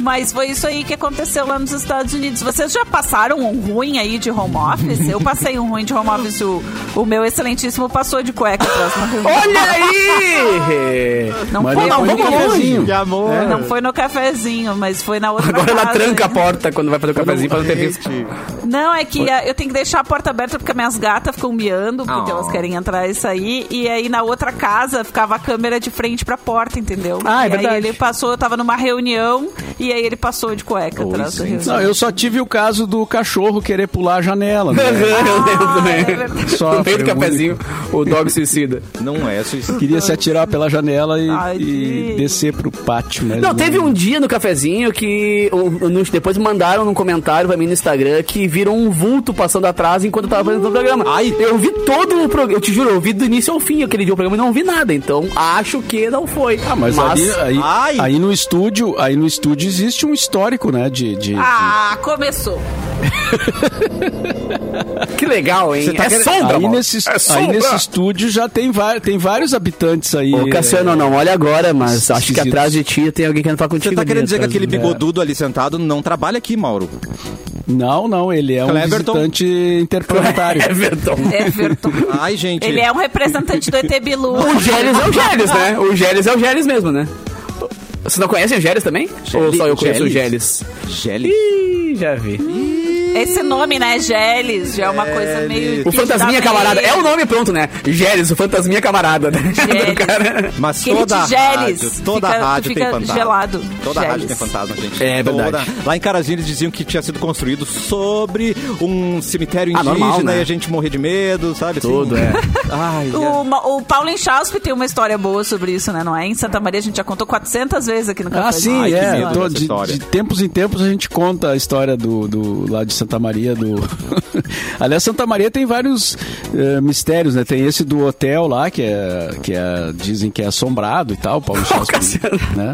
[SPEAKER 4] Mas foi isso aí que aconteceu lá nos Estados Unidos. Vocês já passaram um ruim aí de home office? Eu passei um ruim de home office. O, o meu excelentíssimo passou de cueca atrás na reunião.
[SPEAKER 3] olha aí!
[SPEAKER 4] Não
[SPEAKER 2] Mas
[SPEAKER 4] foi,
[SPEAKER 2] depois
[SPEAKER 4] não,
[SPEAKER 2] do
[SPEAKER 3] assim,
[SPEAKER 2] cafezinho.
[SPEAKER 5] Que amor.
[SPEAKER 4] não foi no cafezinho, mas foi na outra
[SPEAKER 3] Agora ela
[SPEAKER 4] casa,
[SPEAKER 3] tranca a
[SPEAKER 4] né?
[SPEAKER 3] porta quando vai fazer o cafezinho um pra não ter risco.
[SPEAKER 5] Gente,
[SPEAKER 4] Não, é que ah, eu tenho que deixar a porta aberta porque minhas gatas ficam miando, porque elas querem entrar e sair. E aí na outra casa ficava a câmera de frente pra porta, entendeu?
[SPEAKER 3] Ah, é
[SPEAKER 4] e
[SPEAKER 3] verdade.
[SPEAKER 4] aí ele passou, eu tava numa reunião, e aí ele passou de cueca atrás da reunião.
[SPEAKER 2] Não, eu só tive o caso do cachorro querer pular a janela.
[SPEAKER 3] Eu
[SPEAKER 2] Né?
[SPEAKER 3] lembro também.
[SPEAKER 2] é. Só
[SPEAKER 3] no meio do
[SPEAKER 2] foi o
[SPEAKER 3] cafezinho, o dog suicida.
[SPEAKER 5] não é suicídio.
[SPEAKER 2] Queria se atirar pela janela e,
[SPEAKER 4] Ai,
[SPEAKER 2] e
[SPEAKER 4] gente.
[SPEAKER 2] descer pro pátio. né? Mas
[SPEAKER 3] Não, teve um dia no cafezinho que um- um- depois mandaram num comentário pra mim no Instagram que viram um vulto passando atrás enquanto eu tava apresentando o programa. Ai, eu vi todo o programa, eu te juro, eu vi do início ao fim aquele dia o programa e não vi nada, então acho que não foi.
[SPEAKER 2] Ah, mas, ali- aí,
[SPEAKER 5] Ai.
[SPEAKER 2] aí no estúdio, aí no estúdio existe um histórico, né? De, de-
[SPEAKER 4] Ah, começou.
[SPEAKER 3] que legal, hein?
[SPEAKER 5] Você tá
[SPEAKER 3] é
[SPEAKER 5] querendo-
[SPEAKER 3] sombra,
[SPEAKER 2] Aí
[SPEAKER 3] mano.
[SPEAKER 2] nesse,
[SPEAKER 3] é
[SPEAKER 2] aí
[SPEAKER 3] sombra.
[SPEAKER 2] nesse estúdio já tem, va- tem vários habitantes aí. é,
[SPEAKER 3] Ô, Cassiano, não, olha agora, mas acho que
[SPEAKER 2] Esquisitos.
[SPEAKER 3] atrás de ti tem alguém querendo falar contigo.
[SPEAKER 5] é, Você tá querendo dizer que
[SPEAKER 3] Atrás
[SPEAKER 5] aquele
[SPEAKER 3] do-
[SPEAKER 5] bigodudo ali sentado não trabalha aqui, Mauro?
[SPEAKER 2] Não, não, ele é um
[SPEAKER 5] Cleverton.
[SPEAKER 2] visitante
[SPEAKER 3] É.
[SPEAKER 5] tá
[SPEAKER 2] interplanetário.
[SPEAKER 3] Everton.
[SPEAKER 4] É. Everton.
[SPEAKER 5] Ai, gente.
[SPEAKER 4] Ele é um representante do ET Bilu.
[SPEAKER 3] O Gélis é o Gélis, né? O Gélis é o Gélis mesmo, né?
[SPEAKER 4] um
[SPEAKER 3] Vocês não conhecem o Gélis também? Ou só eu conheço o Gélis?
[SPEAKER 5] Gelli.
[SPEAKER 3] Ih, já vi.
[SPEAKER 4] Esse nome, né? Geles, já é uma coisa meio.
[SPEAKER 3] O
[SPEAKER 4] que
[SPEAKER 3] Fantasminha
[SPEAKER 4] dá
[SPEAKER 3] Camarada.
[SPEAKER 4] medo.
[SPEAKER 3] É o nome pronto, né? Gélis, o Fantasminha Camarada. Né?
[SPEAKER 4] Gélis.
[SPEAKER 3] Do cara.
[SPEAKER 5] Mas
[SPEAKER 4] Que ele
[SPEAKER 5] toda a
[SPEAKER 4] te geles,
[SPEAKER 5] rádio, toda
[SPEAKER 4] fica-
[SPEAKER 5] a rádio
[SPEAKER 4] tu
[SPEAKER 5] tem
[SPEAKER 4] fica
[SPEAKER 5] fantasma.
[SPEAKER 4] gelado,
[SPEAKER 5] Toda a rádio
[SPEAKER 4] geles.
[SPEAKER 5] tem fantasma, gente.
[SPEAKER 2] É verdade.
[SPEAKER 5] Toda. Lá em Carazinho eles diziam que tinha sido construído sobre um cemitério
[SPEAKER 3] Ah,
[SPEAKER 5] indígena
[SPEAKER 3] normal, né?
[SPEAKER 5] e a gente morrer de medo, sabe? assim?
[SPEAKER 3] Tudo, é.
[SPEAKER 5] Ai, é.
[SPEAKER 4] O, Ma- o Paulo Enchauspe tem uma história boa sobre isso, né? Não é? Em Santa Maria a gente já contou 400 vezes aqui no Café.
[SPEAKER 2] Ah, sim,
[SPEAKER 5] Ai, que
[SPEAKER 2] é.
[SPEAKER 5] medo
[SPEAKER 2] eu tô-
[SPEAKER 5] dessa
[SPEAKER 2] de,
[SPEAKER 5] história.
[SPEAKER 2] de tempos em tempos a gente conta a história do, do- lá de Santa Maria. Do... Aliás, Santa Maria tem vários eh, mistérios, né? Tem esse do hotel lá, que é. Que é dizem que é assombrado e tal, Paulo Chaves,
[SPEAKER 3] Cassiano.
[SPEAKER 2] né?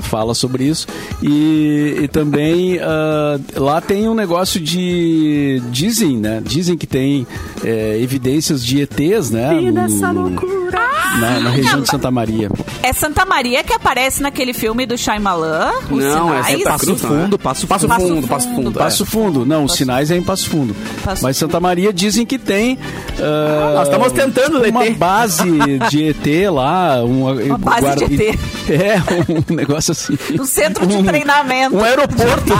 [SPEAKER 2] Fala sobre isso. E, e também ah, lá tem um negócio de. Dizem, né? Dizem que tem eh, evidências de ETs, né? No- no- na, na região de Santa Maria.
[SPEAKER 4] É Santa Maria que aparece naquele filme do Shyamalan, Os
[SPEAKER 3] Não, é
[SPEAKER 4] Sinais.
[SPEAKER 3] Santa Cruz, não é?
[SPEAKER 5] Fundo, Passo
[SPEAKER 3] Passo
[SPEAKER 4] Fundo.
[SPEAKER 3] Fundo, Passo Fundo. é.
[SPEAKER 2] Passo Fundo, não, os sinais é em Passo Fundo.
[SPEAKER 4] Passo
[SPEAKER 2] Mas Santa Maria dizem que tem. ah,
[SPEAKER 3] nós estamos tentando, né,
[SPEAKER 2] Uma
[SPEAKER 3] ET?
[SPEAKER 2] base de ET lá. Uma, uma
[SPEAKER 4] base de ET.
[SPEAKER 2] É, um negócio assim.
[SPEAKER 4] No centro de treinamento.
[SPEAKER 2] Um aeroporto.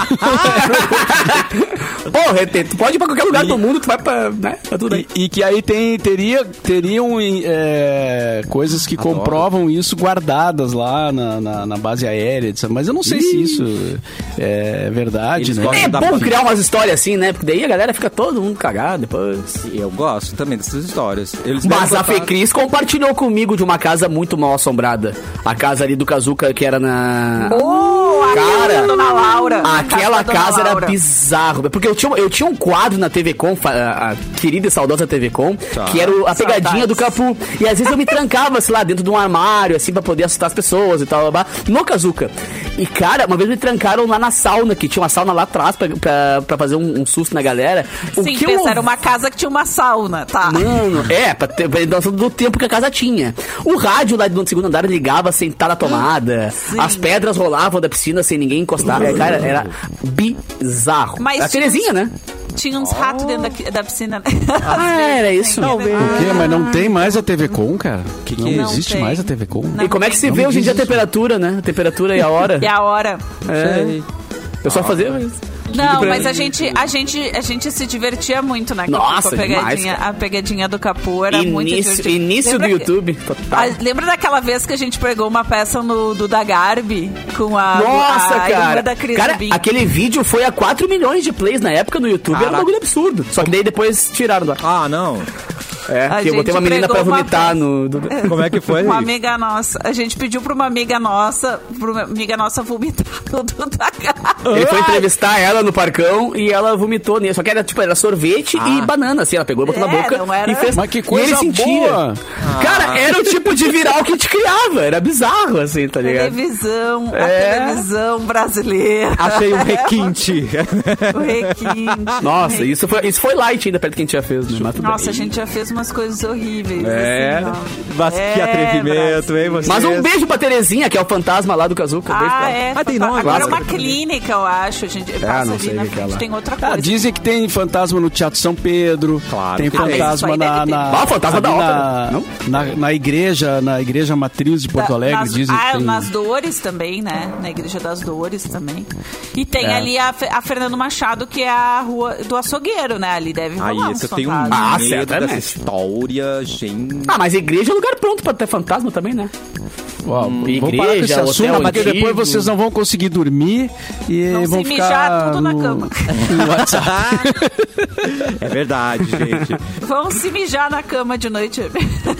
[SPEAKER 3] É. Porra, ET, tu pode ir pra qualquer lugar do mundo, tu vai pra. Né? Pra tudo aí.
[SPEAKER 2] E, e que aí tem, teria, teriam é, coisas que comprovam isso guardadas lá na, na- na base aérea. etc. Mas eu não sei se isso é verdade,
[SPEAKER 5] Eles
[SPEAKER 2] né?
[SPEAKER 5] gostam
[SPEAKER 3] É
[SPEAKER 5] da
[SPEAKER 3] bom
[SPEAKER 5] família.
[SPEAKER 3] criar umas histórias assim, né? Porque daí a galera fica todo mundo cagado depois.
[SPEAKER 5] Eu gosto também dessas histórias.
[SPEAKER 3] Mas
[SPEAKER 5] Eles devem
[SPEAKER 3] a
[SPEAKER 5] botar-
[SPEAKER 3] Fecris compartilhou comigo de uma casa muito mal assombrada. A casa ali do Kazuka que era na.
[SPEAKER 4] Oh, a
[SPEAKER 3] Cara,
[SPEAKER 4] casa da Dona Laura. A
[SPEAKER 3] Aquela
[SPEAKER 4] da Dona
[SPEAKER 3] casa era
[SPEAKER 4] Laura.
[SPEAKER 3] bizarro. Porque eu tinha, eu tinha um quadro na TV Com, fa- a, a querida e saudosa TV Com,
[SPEAKER 5] Tá.
[SPEAKER 3] que era o- a pegadinha
[SPEAKER 4] Saudades.
[SPEAKER 3] do Capu. E às vezes eu me trancava, sei lá, dentro de um armário, assim, pra poder assustar as pessoas e tal, blá, blá, no Kazuka. E, cara, uma vez me trancaram lá na sauna, que tinha uma sauna lá atrás pra, pra, pra fazer um, um susto na galera. O
[SPEAKER 4] Sim,
[SPEAKER 3] que eu
[SPEAKER 4] pensaram uma casa que tinha uma sauna, tá?
[SPEAKER 3] Mano, é, pra, ter, pra noção do tempo que a casa tinha. O rádio lá do segundo andar ligava sem estar na tomada. As pedras rolavam da piscina sem ninguém encostar. É, Cara, era bizarro.
[SPEAKER 4] Mas tipo,
[SPEAKER 3] a Terezinha, né?
[SPEAKER 4] Tinha uns ratos dentro da, da piscina.
[SPEAKER 3] Ah, era isso.
[SPEAKER 4] né?
[SPEAKER 2] Por quê? Mas não tem mais a TV Com, cara? Que não
[SPEAKER 4] é?
[SPEAKER 2] existe
[SPEAKER 4] Não tem.
[SPEAKER 2] mais a TV Com?
[SPEAKER 4] Não.
[SPEAKER 3] E como é que se
[SPEAKER 2] Não
[SPEAKER 3] vê
[SPEAKER 2] me
[SPEAKER 3] hoje em
[SPEAKER 2] diz
[SPEAKER 3] dia a
[SPEAKER 2] isso.
[SPEAKER 3] temperatura, né? A temperatura e a hora.
[SPEAKER 4] E a hora.
[SPEAKER 3] É. Eu só fazia isso.
[SPEAKER 4] Não,
[SPEAKER 3] pra-
[SPEAKER 4] mas a gente, a, gente, a gente se divertia muito, né?
[SPEAKER 3] Nossa,
[SPEAKER 4] com a pegadinha,
[SPEAKER 3] demais, cara.
[SPEAKER 4] a pegadinha do Capu era muito
[SPEAKER 3] Início,
[SPEAKER 4] divertida.
[SPEAKER 3] início do
[SPEAKER 4] Lembra que-
[SPEAKER 3] YouTube. tá? Total.
[SPEAKER 4] Ah, lembra daquela vez que a gente pegou uma peça no, do da Garbi com a,
[SPEAKER 3] Nossa,
[SPEAKER 4] a, a irmã
[SPEAKER 3] cara.
[SPEAKER 4] da Cris
[SPEAKER 3] cara,
[SPEAKER 4] Rubin?
[SPEAKER 3] aquele vídeo foi a 4 milhões de plays na época no YouTube. Era um
[SPEAKER 5] Caraca.
[SPEAKER 3] bagulho absurdo. Só que daí depois tiraram do ar.
[SPEAKER 5] Ah, não.
[SPEAKER 3] É,
[SPEAKER 4] A
[SPEAKER 3] que eu
[SPEAKER 4] gente
[SPEAKER 3] botei uma menina pra
[SPEAKER 4] pregou uma
[SPEAKER 3] vomitar
[SPEAKER 4] peça.
[SPEAKER 3] no. do-
[SPEAKER 5] Como é que foi?
[SPEAKER 4] Uma amiga nossa. A gente pediu pra uma amiga nossa, pra uma amiga nossa vomitar no do da Garbi.
[SPEAKER 3] Ele foi entrevistar ela no parcão e ela vomitou nele. Só que era tipo, era sorvete e banana, assim. Ela pegou, botou na
[SPEAKER 4] Ah. É,
[SPEAKER 3] boca
[SPEAKER 4] não era-
[SPEAKER 3] e fez.
[SPEAKER 2] Mas que
[SPEAKER 3] e
[SPEAKER 2] coisa
[SPEAKER 3] ele sentia.
[SPEAKER 2] boa!
[SPEAKER 4] Ah.
[SPEAKER 3] Cara, era o tipo de viral que te criava. Era bizarro, assim, tá ligado?
[SPEAKER 4] Televisão,
[SPEAKER 3] É.
[SPEAKER 4] a televisão brasileira.
[SPEAKER 5] Achei um requinte.
[SPEAKER 4] o requinte. um
[SPEAKER 3] Nossa, isso foi, isso foi light ainda perto do que a gente já fez, né? Mas tudo
[SPEAKER 4] Nossa,
[SPEAKER 3] bem.
[SPEAKER 4] a gente já fez umas coisas horríveis.
[SPEAKER 3] É.
[SPEAKER 4] assim, ó.
[SPEAKER 5] Mas que
[SPEAKER 4] É,
[SPEAKER 5] atrevimento, hein, vocês?
[SPEAKER 3] Mas um beijo pra Terezinha, que é o fantasma lá do Kazuca. Um beijo pra
[SPEAKER 4] Ah,
[SPEAKER 3] ela.
[SPEAKER 4] é.
[SPEAKER 5] Ah, tem
[SPEAKER 4] fantástico.
[SPEAKER 5] nome,
[SPEAKER 4] Agora é
[SPEAKER 5] claro.
[SPEAKER 4] uma clínica, eu acho. A gente passa
[SPEAKER 3] não
[SPEAKER 4] ali
[SPEAKER 3] sei
[SPEAKER 4] na
[SPEAKER 3] o que que é
[SPEAKER 4] frente,
[SPEAKER 3] lá.
[SPEAKER 4] tem outra coisa.
[SPEAKER 2] Ah,
[SPEAKER 3] é
[SPEAKER 2] dizem que tem fantasma no Teatro São Pedro.
[SPEAKER 5] Claro
[SPEAKER 2] Tem
[SPEAKER 5] que tem.
[SPEAKER 4] Isso aí
[SPEAKER 2] fantasma na,
[SPEAKER 4] deve ter.
[SPEAKER 2] na.
[SPEAKER 3] Ah, fantasma da
[SPEAKER 2] ali
[SPEAKER 3] ópera, não?
[SPEAKER 2] Na, na, na igreja, na igreja matriz de Porto
[SPEAKER 4] Da-
[SPEAKER 2] Alegre,
[SPEAKER 4] nas,
[SPEAKER 2] dizem que
[SPEAKER 4] ah,
[SPEAKER 2] tem.
[SPEAKER 4] nas Dores também, né? Na Igreja das Dores também. E tem
[SPEAKER 2] É.
[SPEAKER 4] ali a, Fe- a Fernando Machado, que é a rua do açougueiro, né? Ali deve rolar
[SPEAKER 5] Aí,
[SPEAKER 4] uns
[SPEAKER 5] esse eu tenho um medo
[SPEAKER 4] fantasmas.
[SPEAKER 3] Ah,
[SPEAKER 5] dessa
[SPEAKER 3] certamente.
[SPEAKER 5] história, gente.
[SPEAKER 3] Ah, mas igreja é lugar pronto pra ter fantasma também, né?
[SPEAKER 2] Ó,
[SPEAKER 3] Igreja,
[SPEAKER 2] vamos parar com esse
[SPEAKER 3] hotel
[SPEAKER 2] assunto, porque
[SPEAKER 3] antigo.
[SPEAKER 2] depois vocês não vão conseguir dormir e
[SPEAKER 4] Não se
[SPEAKER 2] vão
[SPEAKER 4] mijar
[SPEAKER 2] ficar
[SPEAKER 4] tudo na cama.
[SPEAKER 2] no WhatsApp.
[SPEAKER 5] É verdade, gente.
[SPEAKER 4] Vão se mijar na cama de noite.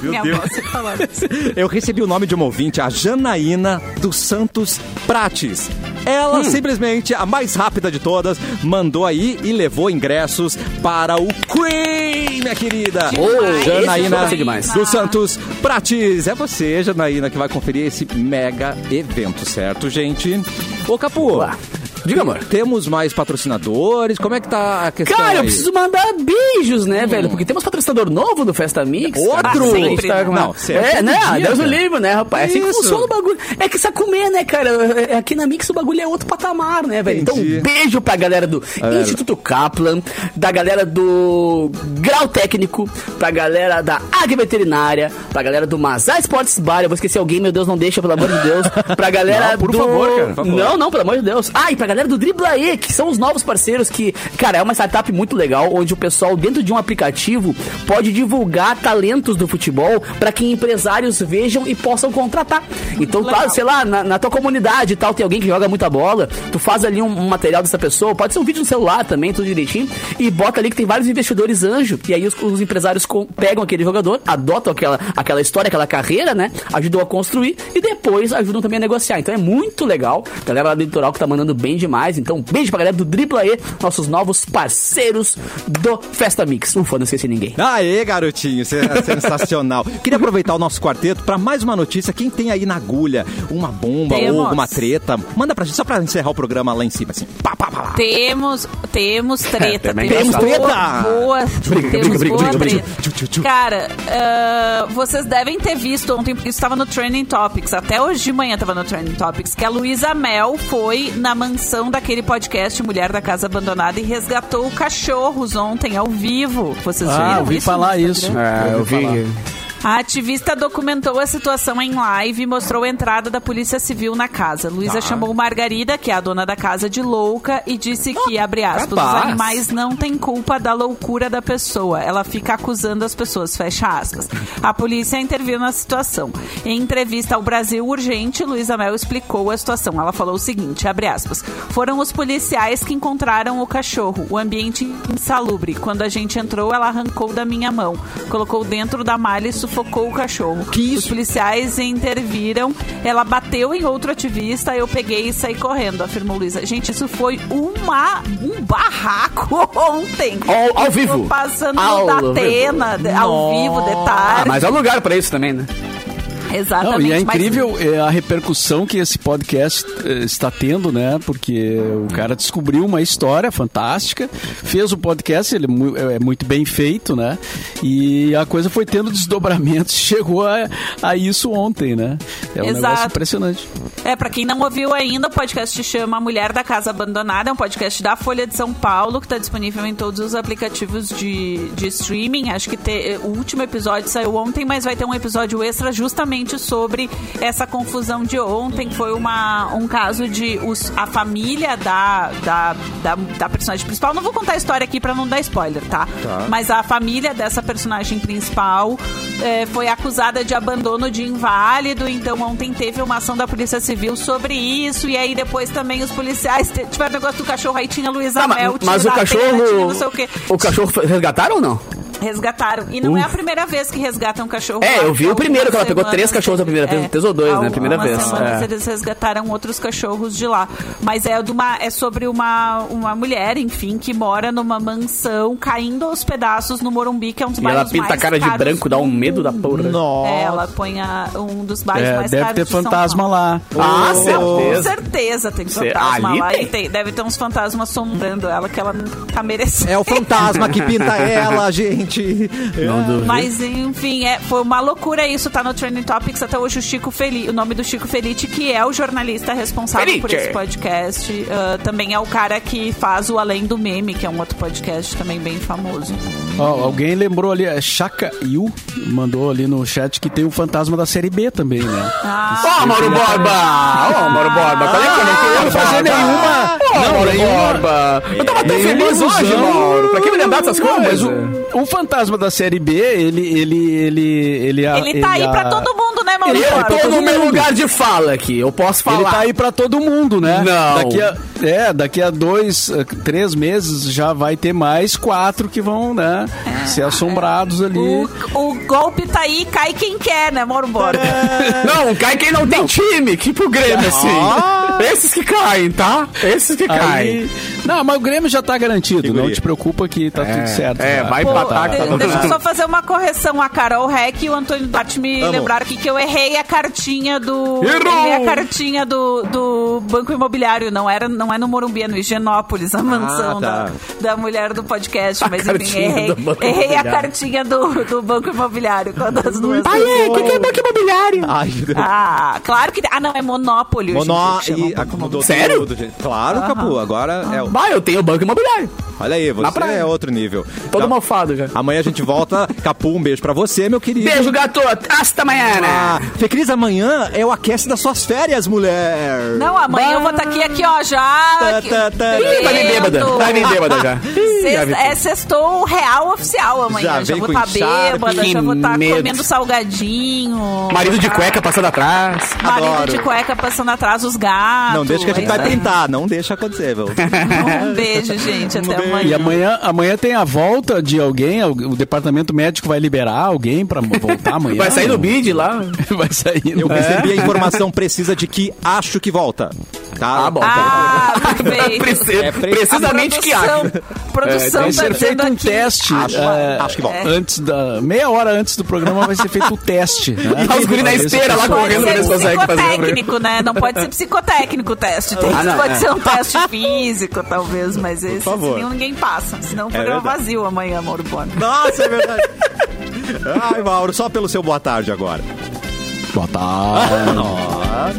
[SPEAKER 4] Minha tá
[SPEAKER 5] Deus.
[SPEAKER 4] avó sempre falava isso.
[SPEAKER 5] Eu recebi o nome de uma ouvinte, a Janaína dos Santos Prates. Ela simplesmente, a mais rápida de todas, mandou aí e levou ingressos para o Queen, minha querida.
[SPEAKER 4] Demais,
[SPEAKER 5] Janaína
[SPEAKER 4] Janaína.
[SPEAKER 5] dos Santos Prates. É você, Janaína, que vai conferir esse mega evento, certo, gente? Ô, Capu.
[SPEAKER 3] Olá. Diga, amor.
[SPEAKER 5] Temos mais patrocinadores? Como é que tá a questão
[SPEAKER 3] Cara, eu
[SPEAKER 5] aí? Hum.
[SPEAKER 3] preciso mandar beijos, né, velho? Porque temos patrocinador novo no Festa Mix. cara.
[SPEAKER 5] Outro?
[SPEAKER 3] Ah, sempre,
[SPEAKER 5] Tá,
[SPEAKER 3] né?
[SPEAKER 5] não, sempre,
[SPEAKER 3] é, né?
[SPEAKER 5] todo dia,
[SPEAKER 3] Deus o
[SPEAKER 5] cara.
[SPEAKER 3] livre, né, rapaz? É assim que
[SPEAKER 5] Isso.
[SPEAKER 3] funciona o bagulho. É que sacumer, né, cara? É, Aqui na Mix o bagulho é outro patamar, né, velho? Então,
[SPEAKER 5] Entendi.
[SPEAKER 3] um beijo pra galera do Instituto Kaplan, da galera do Grau Técnico, pra galera da Ag Veterinária, pra galera do Mazar Sports Bar. Eu vou esquecer alguém, meu Deus, não deixa, pelo amor de Deus. Pra galera
[SPEAKER 2] Não, por
[SPEAKER 3] do...
[SPEAKER 2] favor, cara, por favor.
[SPEAKER 3] Não, não, pelo amor de Deus. Ah, e pra galera do Dribla E, que são os novos parceiros que, cara, é uma startup muito legal, onde o pessoal, dentro de um aplicativo, pode divulgar talentos do futebol para que empresários vejam e possam contratar. Então, tá,
[SPEAKER 4] legal.
[SPEAKER 3] sei lá, na, na tua comunidade e tal, tem alguém que joga muita bola, tu faz ali um, um material dessa pessoa, pode ser um vídeo no celular também, tudo direitinho, e bota ali que tem vários investidores anjo, que aí os, os empresários com- pegam aquele jogador, adotam aquela, aquela história, aquela carreira, né? Ajudam a construir e depois ajudam também a negociar. Então é muito legal. A galera lá do litoral que tá mandando bem demais. Então, um beijo pra galera do Tripla E, nossos novos parceiros do Festa Mix. Ufa, não esqueci ninguém.
[SPEAKER 5] Aê, garotinho, você é sensacional. Queria aproveitar o nosso quarteto para mais uma notícia. Quem tem aí na agulha uma bomba
[SPEAKER 4] Temos.
[SPEAKER 5] ou alguma treta, manda pra gente, só pra encerrar o programa lá em cima, assim. Pá, pá, pá, pá.
[SPEAKER 4] Temos, temos treta.
[SPEAKER 3] É, também
[SPEAKER 4] temos
[SPEAKER 5] tá.
[SPEAKER 4] boa, boa,
[SPEAKER 3] Briga,
[SPEAKER 4] temos
[SPEAKER 3] briga,
[SPEAKER 4] boa
[SPEAKER 3] briga, briga.
[SPEAKER 4] treta. Cara, ah, vocês devem ter visto ontem, porque isso estava no Trending Topics, até hoje de manhã estava no Trending Topics, que a Luísa Mel foi na mansão daquele podcast Mulher da Casa Abandonada e resgatou cachorros ontem, ao vivo. Vocês viram
[SPEAKER 2] Ah, ouvi
[SPEAKER 4] isso no
[SPEAKER 2] falar
[SPEAKER 4] Instagram?
[SPEAKER 2] isso. falar.
[SPEAKER 4] A ativista documentou a situação em live e mostrou a entrada da Polícia Civil na casa. Luísa chamou Margarida, que é a dona da casa, de louca e disse que, abre aspas, os
[SPEAKER 3] capaz.
[SPEAKER 4] animais não têm culpa da loucura da pessoa. Ela fica acusando as pessoas, fecha aspas. A polícia interviu na situação. Em entrevista ao Brasil Urgente, Luísa Mel explicou a situação. Ela falou o seguinte, abre aspas, foram os policiais que encontraram o cachorro, o ambiente insalubre. Quando a gente entrou, ela arrancou da minha mão, colocou dentro da malha e sufocou o cachorro. Os policiais interviram, ela bateu em outro ativista, eu peguei e saí correndo, afirmou Luísa. Gente, isso foi uma, um barraco ontem.
[SPEAKER 3] Ao- ao vivo.
[SPEAKER 4] Ficou Passando
[SPEAKER 3] Ao
[SPEAKER 4] da
[SPEAKER 3] vivo.
[SPEAKER 4] Atena, de- ao vivo,
[SPEAKER 3] Ah,
[SPEAKER 4] detalhe.
[SPEAKER 3] mas é um lugar pra isso também, né?
[SPEAKER 4] Exatamente.
[SPEAKER 2] Não, e é
[SPEAKER 4] mas-
[SPEAKER 2] incrível eh, a repercussão que esse podcast eh, está tendo, né? Porque o cara descobriu uma história fantástica, fez o podcast, ele é mu- é muito bem feito, né? E a coisa foi tendo desdobramentos, chegou a, a isso ontem, né? É um negócio
[SPEAKER 4] Exato.
[SPEAKER 2] impressionante.
[SPEAKER 4] É, pra quem não ouviu ainda, o podcast chama Mulher da Casa Abandonada, é um podcast da Folha de São Paulo, que tá disponível em todos os aplicativos de, de streaming. Acho que te- o último episódio saiu ontem, mas vai ter um episódio extra justamente sobre essa confusão de ontem. que Foi uma, um caso de os- a família da, da, da, da personagem principal. Não vou contar a história aqui pra não dar spoiler, tá? Mas a família dessa personagem principal eh, foi acusada de abandono de inválido, então ontem teve uma ação da Polícia Civil sobre isso, e aí depois também os policiais te- tiveram negócio do cachorro, aí tinha Luísa
[SPEAKER 3] Ah, ma-
[SPEAKER 4] Mel, tinha
[SPEAKER 3] mas o
[SPEAKER 4] da Atena, tinha
[SPEAKER 3] cachorro.
[SPEAKER 4] não sei o quê.
[SPEAKER 3] O cachorro foi- resgataram ou não?
[SPEAKER 4] Resgataram. E não é a primeira vez que resgatam um cachorro.
[SPEAKER 3] É,
[SPEAKER 4] lá.
[SPEAKER 3] eu vi o primeiro, que ela pegou
[SPEAKER 4] Algumas
[SPEAKER 3] três cachorros a primeira
[SPEAKER 4] é,
[SPEAKER 3] vez, três ou dois, né, a primeira
[SPEAKER 4] algumas
[SPEAKER 3] vez.
[SPEAKER 4] semanas
[SPEAKER 3] É.
[SPEAKER 4] eles resgataram outros cachorros de lá. Mas é, de uma, é sobre uma, uma mulher, enfim, que mora numa mansão, caindo aos pedaços no Morumbi, que é um dos
[SPEAKER 3] E ela
[SPEAKER 4] bairros
[SPEAKER 3] pinta a
[SPEAKER 4] mais
[SPEAKER 3] cara de
[SPEAKER 4] caros
[SPEAKER 3] branco, dá um medo da porra. né?
[SPEAKER 5] Nossa.
[SPEAKER 4] é, ela põe a- um dos bairros
[SPEAKER 2] É,
[SPEAKER 4] mais
[SPEAKER 2] deve
[SPEAKER 4] caros
[SPEAKER 2] ter
[SPEAKER 4] de São
[SPEAKER 2] fantasma
[SPEAKER 4] Paulo.
[SPEAKER 2] lá.
[SPEAKER 3] Ah,
[SPEAKER 4] Com
[SPEAKER 3] certeza.
[SPEAKER 4] certeza tem
[SPEAKER 3] Cê-
[SPEAKER 4] fantasma
[SPEAKER 3] ali
[SPEAKER 4] lá.
[SPEAKER 3] tem.
[SPEAKER 4] E tem- deve ter uns fantasmas assombrando ela que ela não tá merecendo.
[SPEAKER 5] É o fantasma que pinta ela, gente.
[SPEAKER 4] Mas enfim, é, foi uma loucura isso, tá no Trending Topics até hoje o Chico Feliz, o nome do Chico Felice, que é o jornalista responsável por
[SPEAKER 3] Felice.
[SPEAKER 4] esse podcast, ah, também é o cara que faz o Além do Meme, que é um outro podcast também bem famoso.
[SPEAKER 2] Ó, alguém lembrou ali, é Chaka Yu mandou ali no chat que tem o fantasma da série B também, né?
[SPEAKER 3] Ó, Mauro Borba! Ó, Mauro Borba! Qual é que eu não
[SPEAKER 5] Ah,
[SPEAKER 3] queria
[SPEAKER 2] Ah,
[SPEAKER 3] fazer
[SPEAKER 2] tá.
[SPEAKER 3] nenhuma? Ó, Mauro Borba! Eu
[SPEAKER 5] tá
[SPEAKER 3] tava tão feliz hoje, Mauro! Pra que me lembrar dessas
[SPEAKER 2] Não, mas
[SPEAKER 3] coisas?
[SPEAKER 2] o, o fantasma da série B, ele. Ele, ele, Ah, ele,
[SPEAKER 4] Ele tá aí pra todo mundo, né, Mauro?
[SPEAKER 2] ele é
[SPEAKER 4] Borba?
[SPEAKER 2] o
[SPEAKER 3] Eu
[SPEAKER 2] Tá
[SPEAKER 3] tô
[SPEAKER 2] todo
[SPEAKER 3] no meu
[SPEAKER 2] mundo.
[SPEAKER 3] lugar de fala aqui, eu posso falar.
[SPEAKER 2] Ele tá aí pra todo mundo, né?
[SPEAKER 3] Não.
[SPEAKER 2] Daqui a, é, daqui a dois, eh, três meses já vai ter mais quatro que vão, né? ser assombrados ali.
[SPEAKER 4] Ah, é. O, o golpe tá aí, cai quem quer, né, Mauro Borba?
[SPEAKER 2] É.
[SPEAKER 3] Não, cai quem não tem time, que pro Grêmio, assim. Esses que caem, tá? Esses que caem.
[SPEAKER 2] Aí, não, mas o Grêmio já tá garantido. Não
[SPEAKER 5] Figurinha.
[SPEAKER 2] te preocupa que tá tudo certo.
[SPEAKER 3] é,
[SPEAKER 2] já.
[SPEAKER 3] vai
[SPEAKER 4] Pô,
[SPEAKER 3] empatar.
[SPEAKER 4] de-
[SPEAKER 3] tá tudo
[SPEAKER 4] deixa eu
[SPEAKER 3] certo.
[SPEAKER 4] só fazer uma correção. A Carol Rec e o Antônio Duarte me lembraram aqui que eu errei a cartinha do.
[SPEAKER 3] Errou!
[SPEAKER 4] Errei a cartinha do, do Banco Imobiliário. Não, era, não é no Morumbi, é no Higienópolis,
[SPEAKER 3] Ah,
[SPEAKER 4] a mansão
[SPEAKER 5] tá.
[SPEAKER 4] da, da mulher do podcast. Mas enfim,
[SPEAKER 3] cartinha
[SPEAKER 4] errei,
[SPEAKER 3] do Banco
[SPEAKER 4] errei a
[SPEAKER 3] Imobiliário.
[SPEAKER 4] cartinha do, do Banco Imobiliário. Quando as duas.
[SPEAKER 3] Aí, o que, que é banco imobiliário?
[SPEAKER 5] Ai, meu Deus.
[SPEAKER 4] Ah, claro que. Ah, não, é Monopólio.
[SPEAKER 5] Monó
[SPEAKER 4] gente, que chama
[SPEAKER 5] e
[SPEAKER 4] o Banco
[SPEAKER 5] acomodou
[SPEAKER 3] Sério?
[SPEAKER 5] tudo, gente. Claro, Capu. Agora é. o-
[SPEAKER 3] Vai, eu tenho banco imobiliário.
[SPEAKER 5] Olha aí, você
[SPEAKER 3] praia.
[SPEAKER 5] é outro nível.
[SPEAKER 3] Todo
[SPEAKER 5] Tá-
[SPEAKER 3] mofado já.
[SPEAKER 5] Amanhã a gente volta. Capu, um beijo pra você, meu querido.
[SPEAKER 3] Beijo, gato. Hasta amanhã.
[SPEAKER 5] Ah, Fecris, amanhã é o aquece das suas férias, mulher.
[SPEAKER 4] Não, amanhã eu vou estar aqui, aqui, ó, já tá. que-
[SPEAKER 5] Tá, tá, tá.
[SPEAKER 4] bebendo.
[SPEAKER 3] Ih, Vai vir bêbada, vai vir bêbada já. Já
[SPEAKER 4] Sexta,
[SPEAKER 3] vi
[SPEAKER 4] é sextou real oficial
[SPEAKER 5] Já
[SPEAKER 4] amanhã. Já,
[SPEAKER 5] vem
[SPEAKER 4] vou
[SPEAKER 5] com
[SPEAKER 4] estar
[SPEAKER 5] encharque.
[SPEAKER 4] bêbada,
[SPEAKER 3] Que
[SPEAKER 4] já vou estar
[SPEAKER 3] medo.
[SPEAKER 4] comendo salgadinho.
[SPEAKER 3] Marido de cueca passando atrás.
[SPEAKER 4] Marido
[SPEAKER 5] Adoro.
[SPEAKER 4] de cueca passando atrás os gatos.
[SPEAKER 5] Não deixa que a gente
[SPEAKER 4] É
[SPEAKER 5] vai
[SPEAKER 4] isso aí.
[SPEAKER 5] printar, não deixa acontecer, meu.
[SPEAKER 4] Um beijo, gente. Até
[SPEAKER 5] beijo.
[SPEAKER 4] amanhã.
[SPEAKER 2] E amanhã, amanhã tem a volta de alguém, al- o departamento médico vai liberar alguém pra mo- voltar amanhã.
[SPEAKER 3] Vai sair no bid lá.
[SPEAKER 2] Vai sair né?
[SPEAKER 5] Eu
[SPEAKER 2] no-
[SPEAKER 5] recebi a informação precisa de que acho que volta. Tá?
[SPEAKER 3] Ah, bom.
[SPEAKER 4] Ah, perfeito.
[SPEAKER 3] Preci-
[SPEAKER 5] É pre-
[SPEAKER 3] Precisamente
[SPEAKER 4] A
[SPEAKER 3] que haja.
[SPEAKER 4] produção- Produção tá
[SPEAKER 2] Vai ser feito
[SPEAKER 4] dizendo
[SPEAKER 2] um
[SPEAKER 4] aqui.
[SPEAKER 2] teste.
[SPEAKER 5] Acho-
[SPEAKER 2] é,
[SPEAKER 5] acho que volta.
[SPEAKER 2] Antes da. Meia hora antes do programa vai ser feito o teste. né?
[SPEAKER 3] E os guri na
[SPEAKER 2] Talvez
[SPEAKER 3] esteira
[SPEAKER 2] a
[SPEAKER 3] lá
[SPEAKER 2] pessoa-
[SPEAKER 4] Pode
[SPEAKER 3] correndo,
[SPEAKER 4] ser
[SPEAKER 3] eles conseguem fazer,
[SPEAKER 4] psicotécnico, né? Não pode ser psicotécnico o teste. Tem-
[SPEAKER 3] Ah, não,
[SPEAKER 4] pode
[SPEAKER 3] é.
[SPEAKER 4] ser um teste físico, talvez, mas esse
[SPEAKER 5] favor.
[SPEAKER 4] senão ninguém passa. Senão o programa
[SPEAKER 5] verdade.
[SPEAKER 4] vazio amanhã, Mauro Bona.
[SPEAKER 5] Nossa, é verdade. Ai, Mauro, só pelo seu boa tarde agora.
[SPEAKER 2] Boa tarde.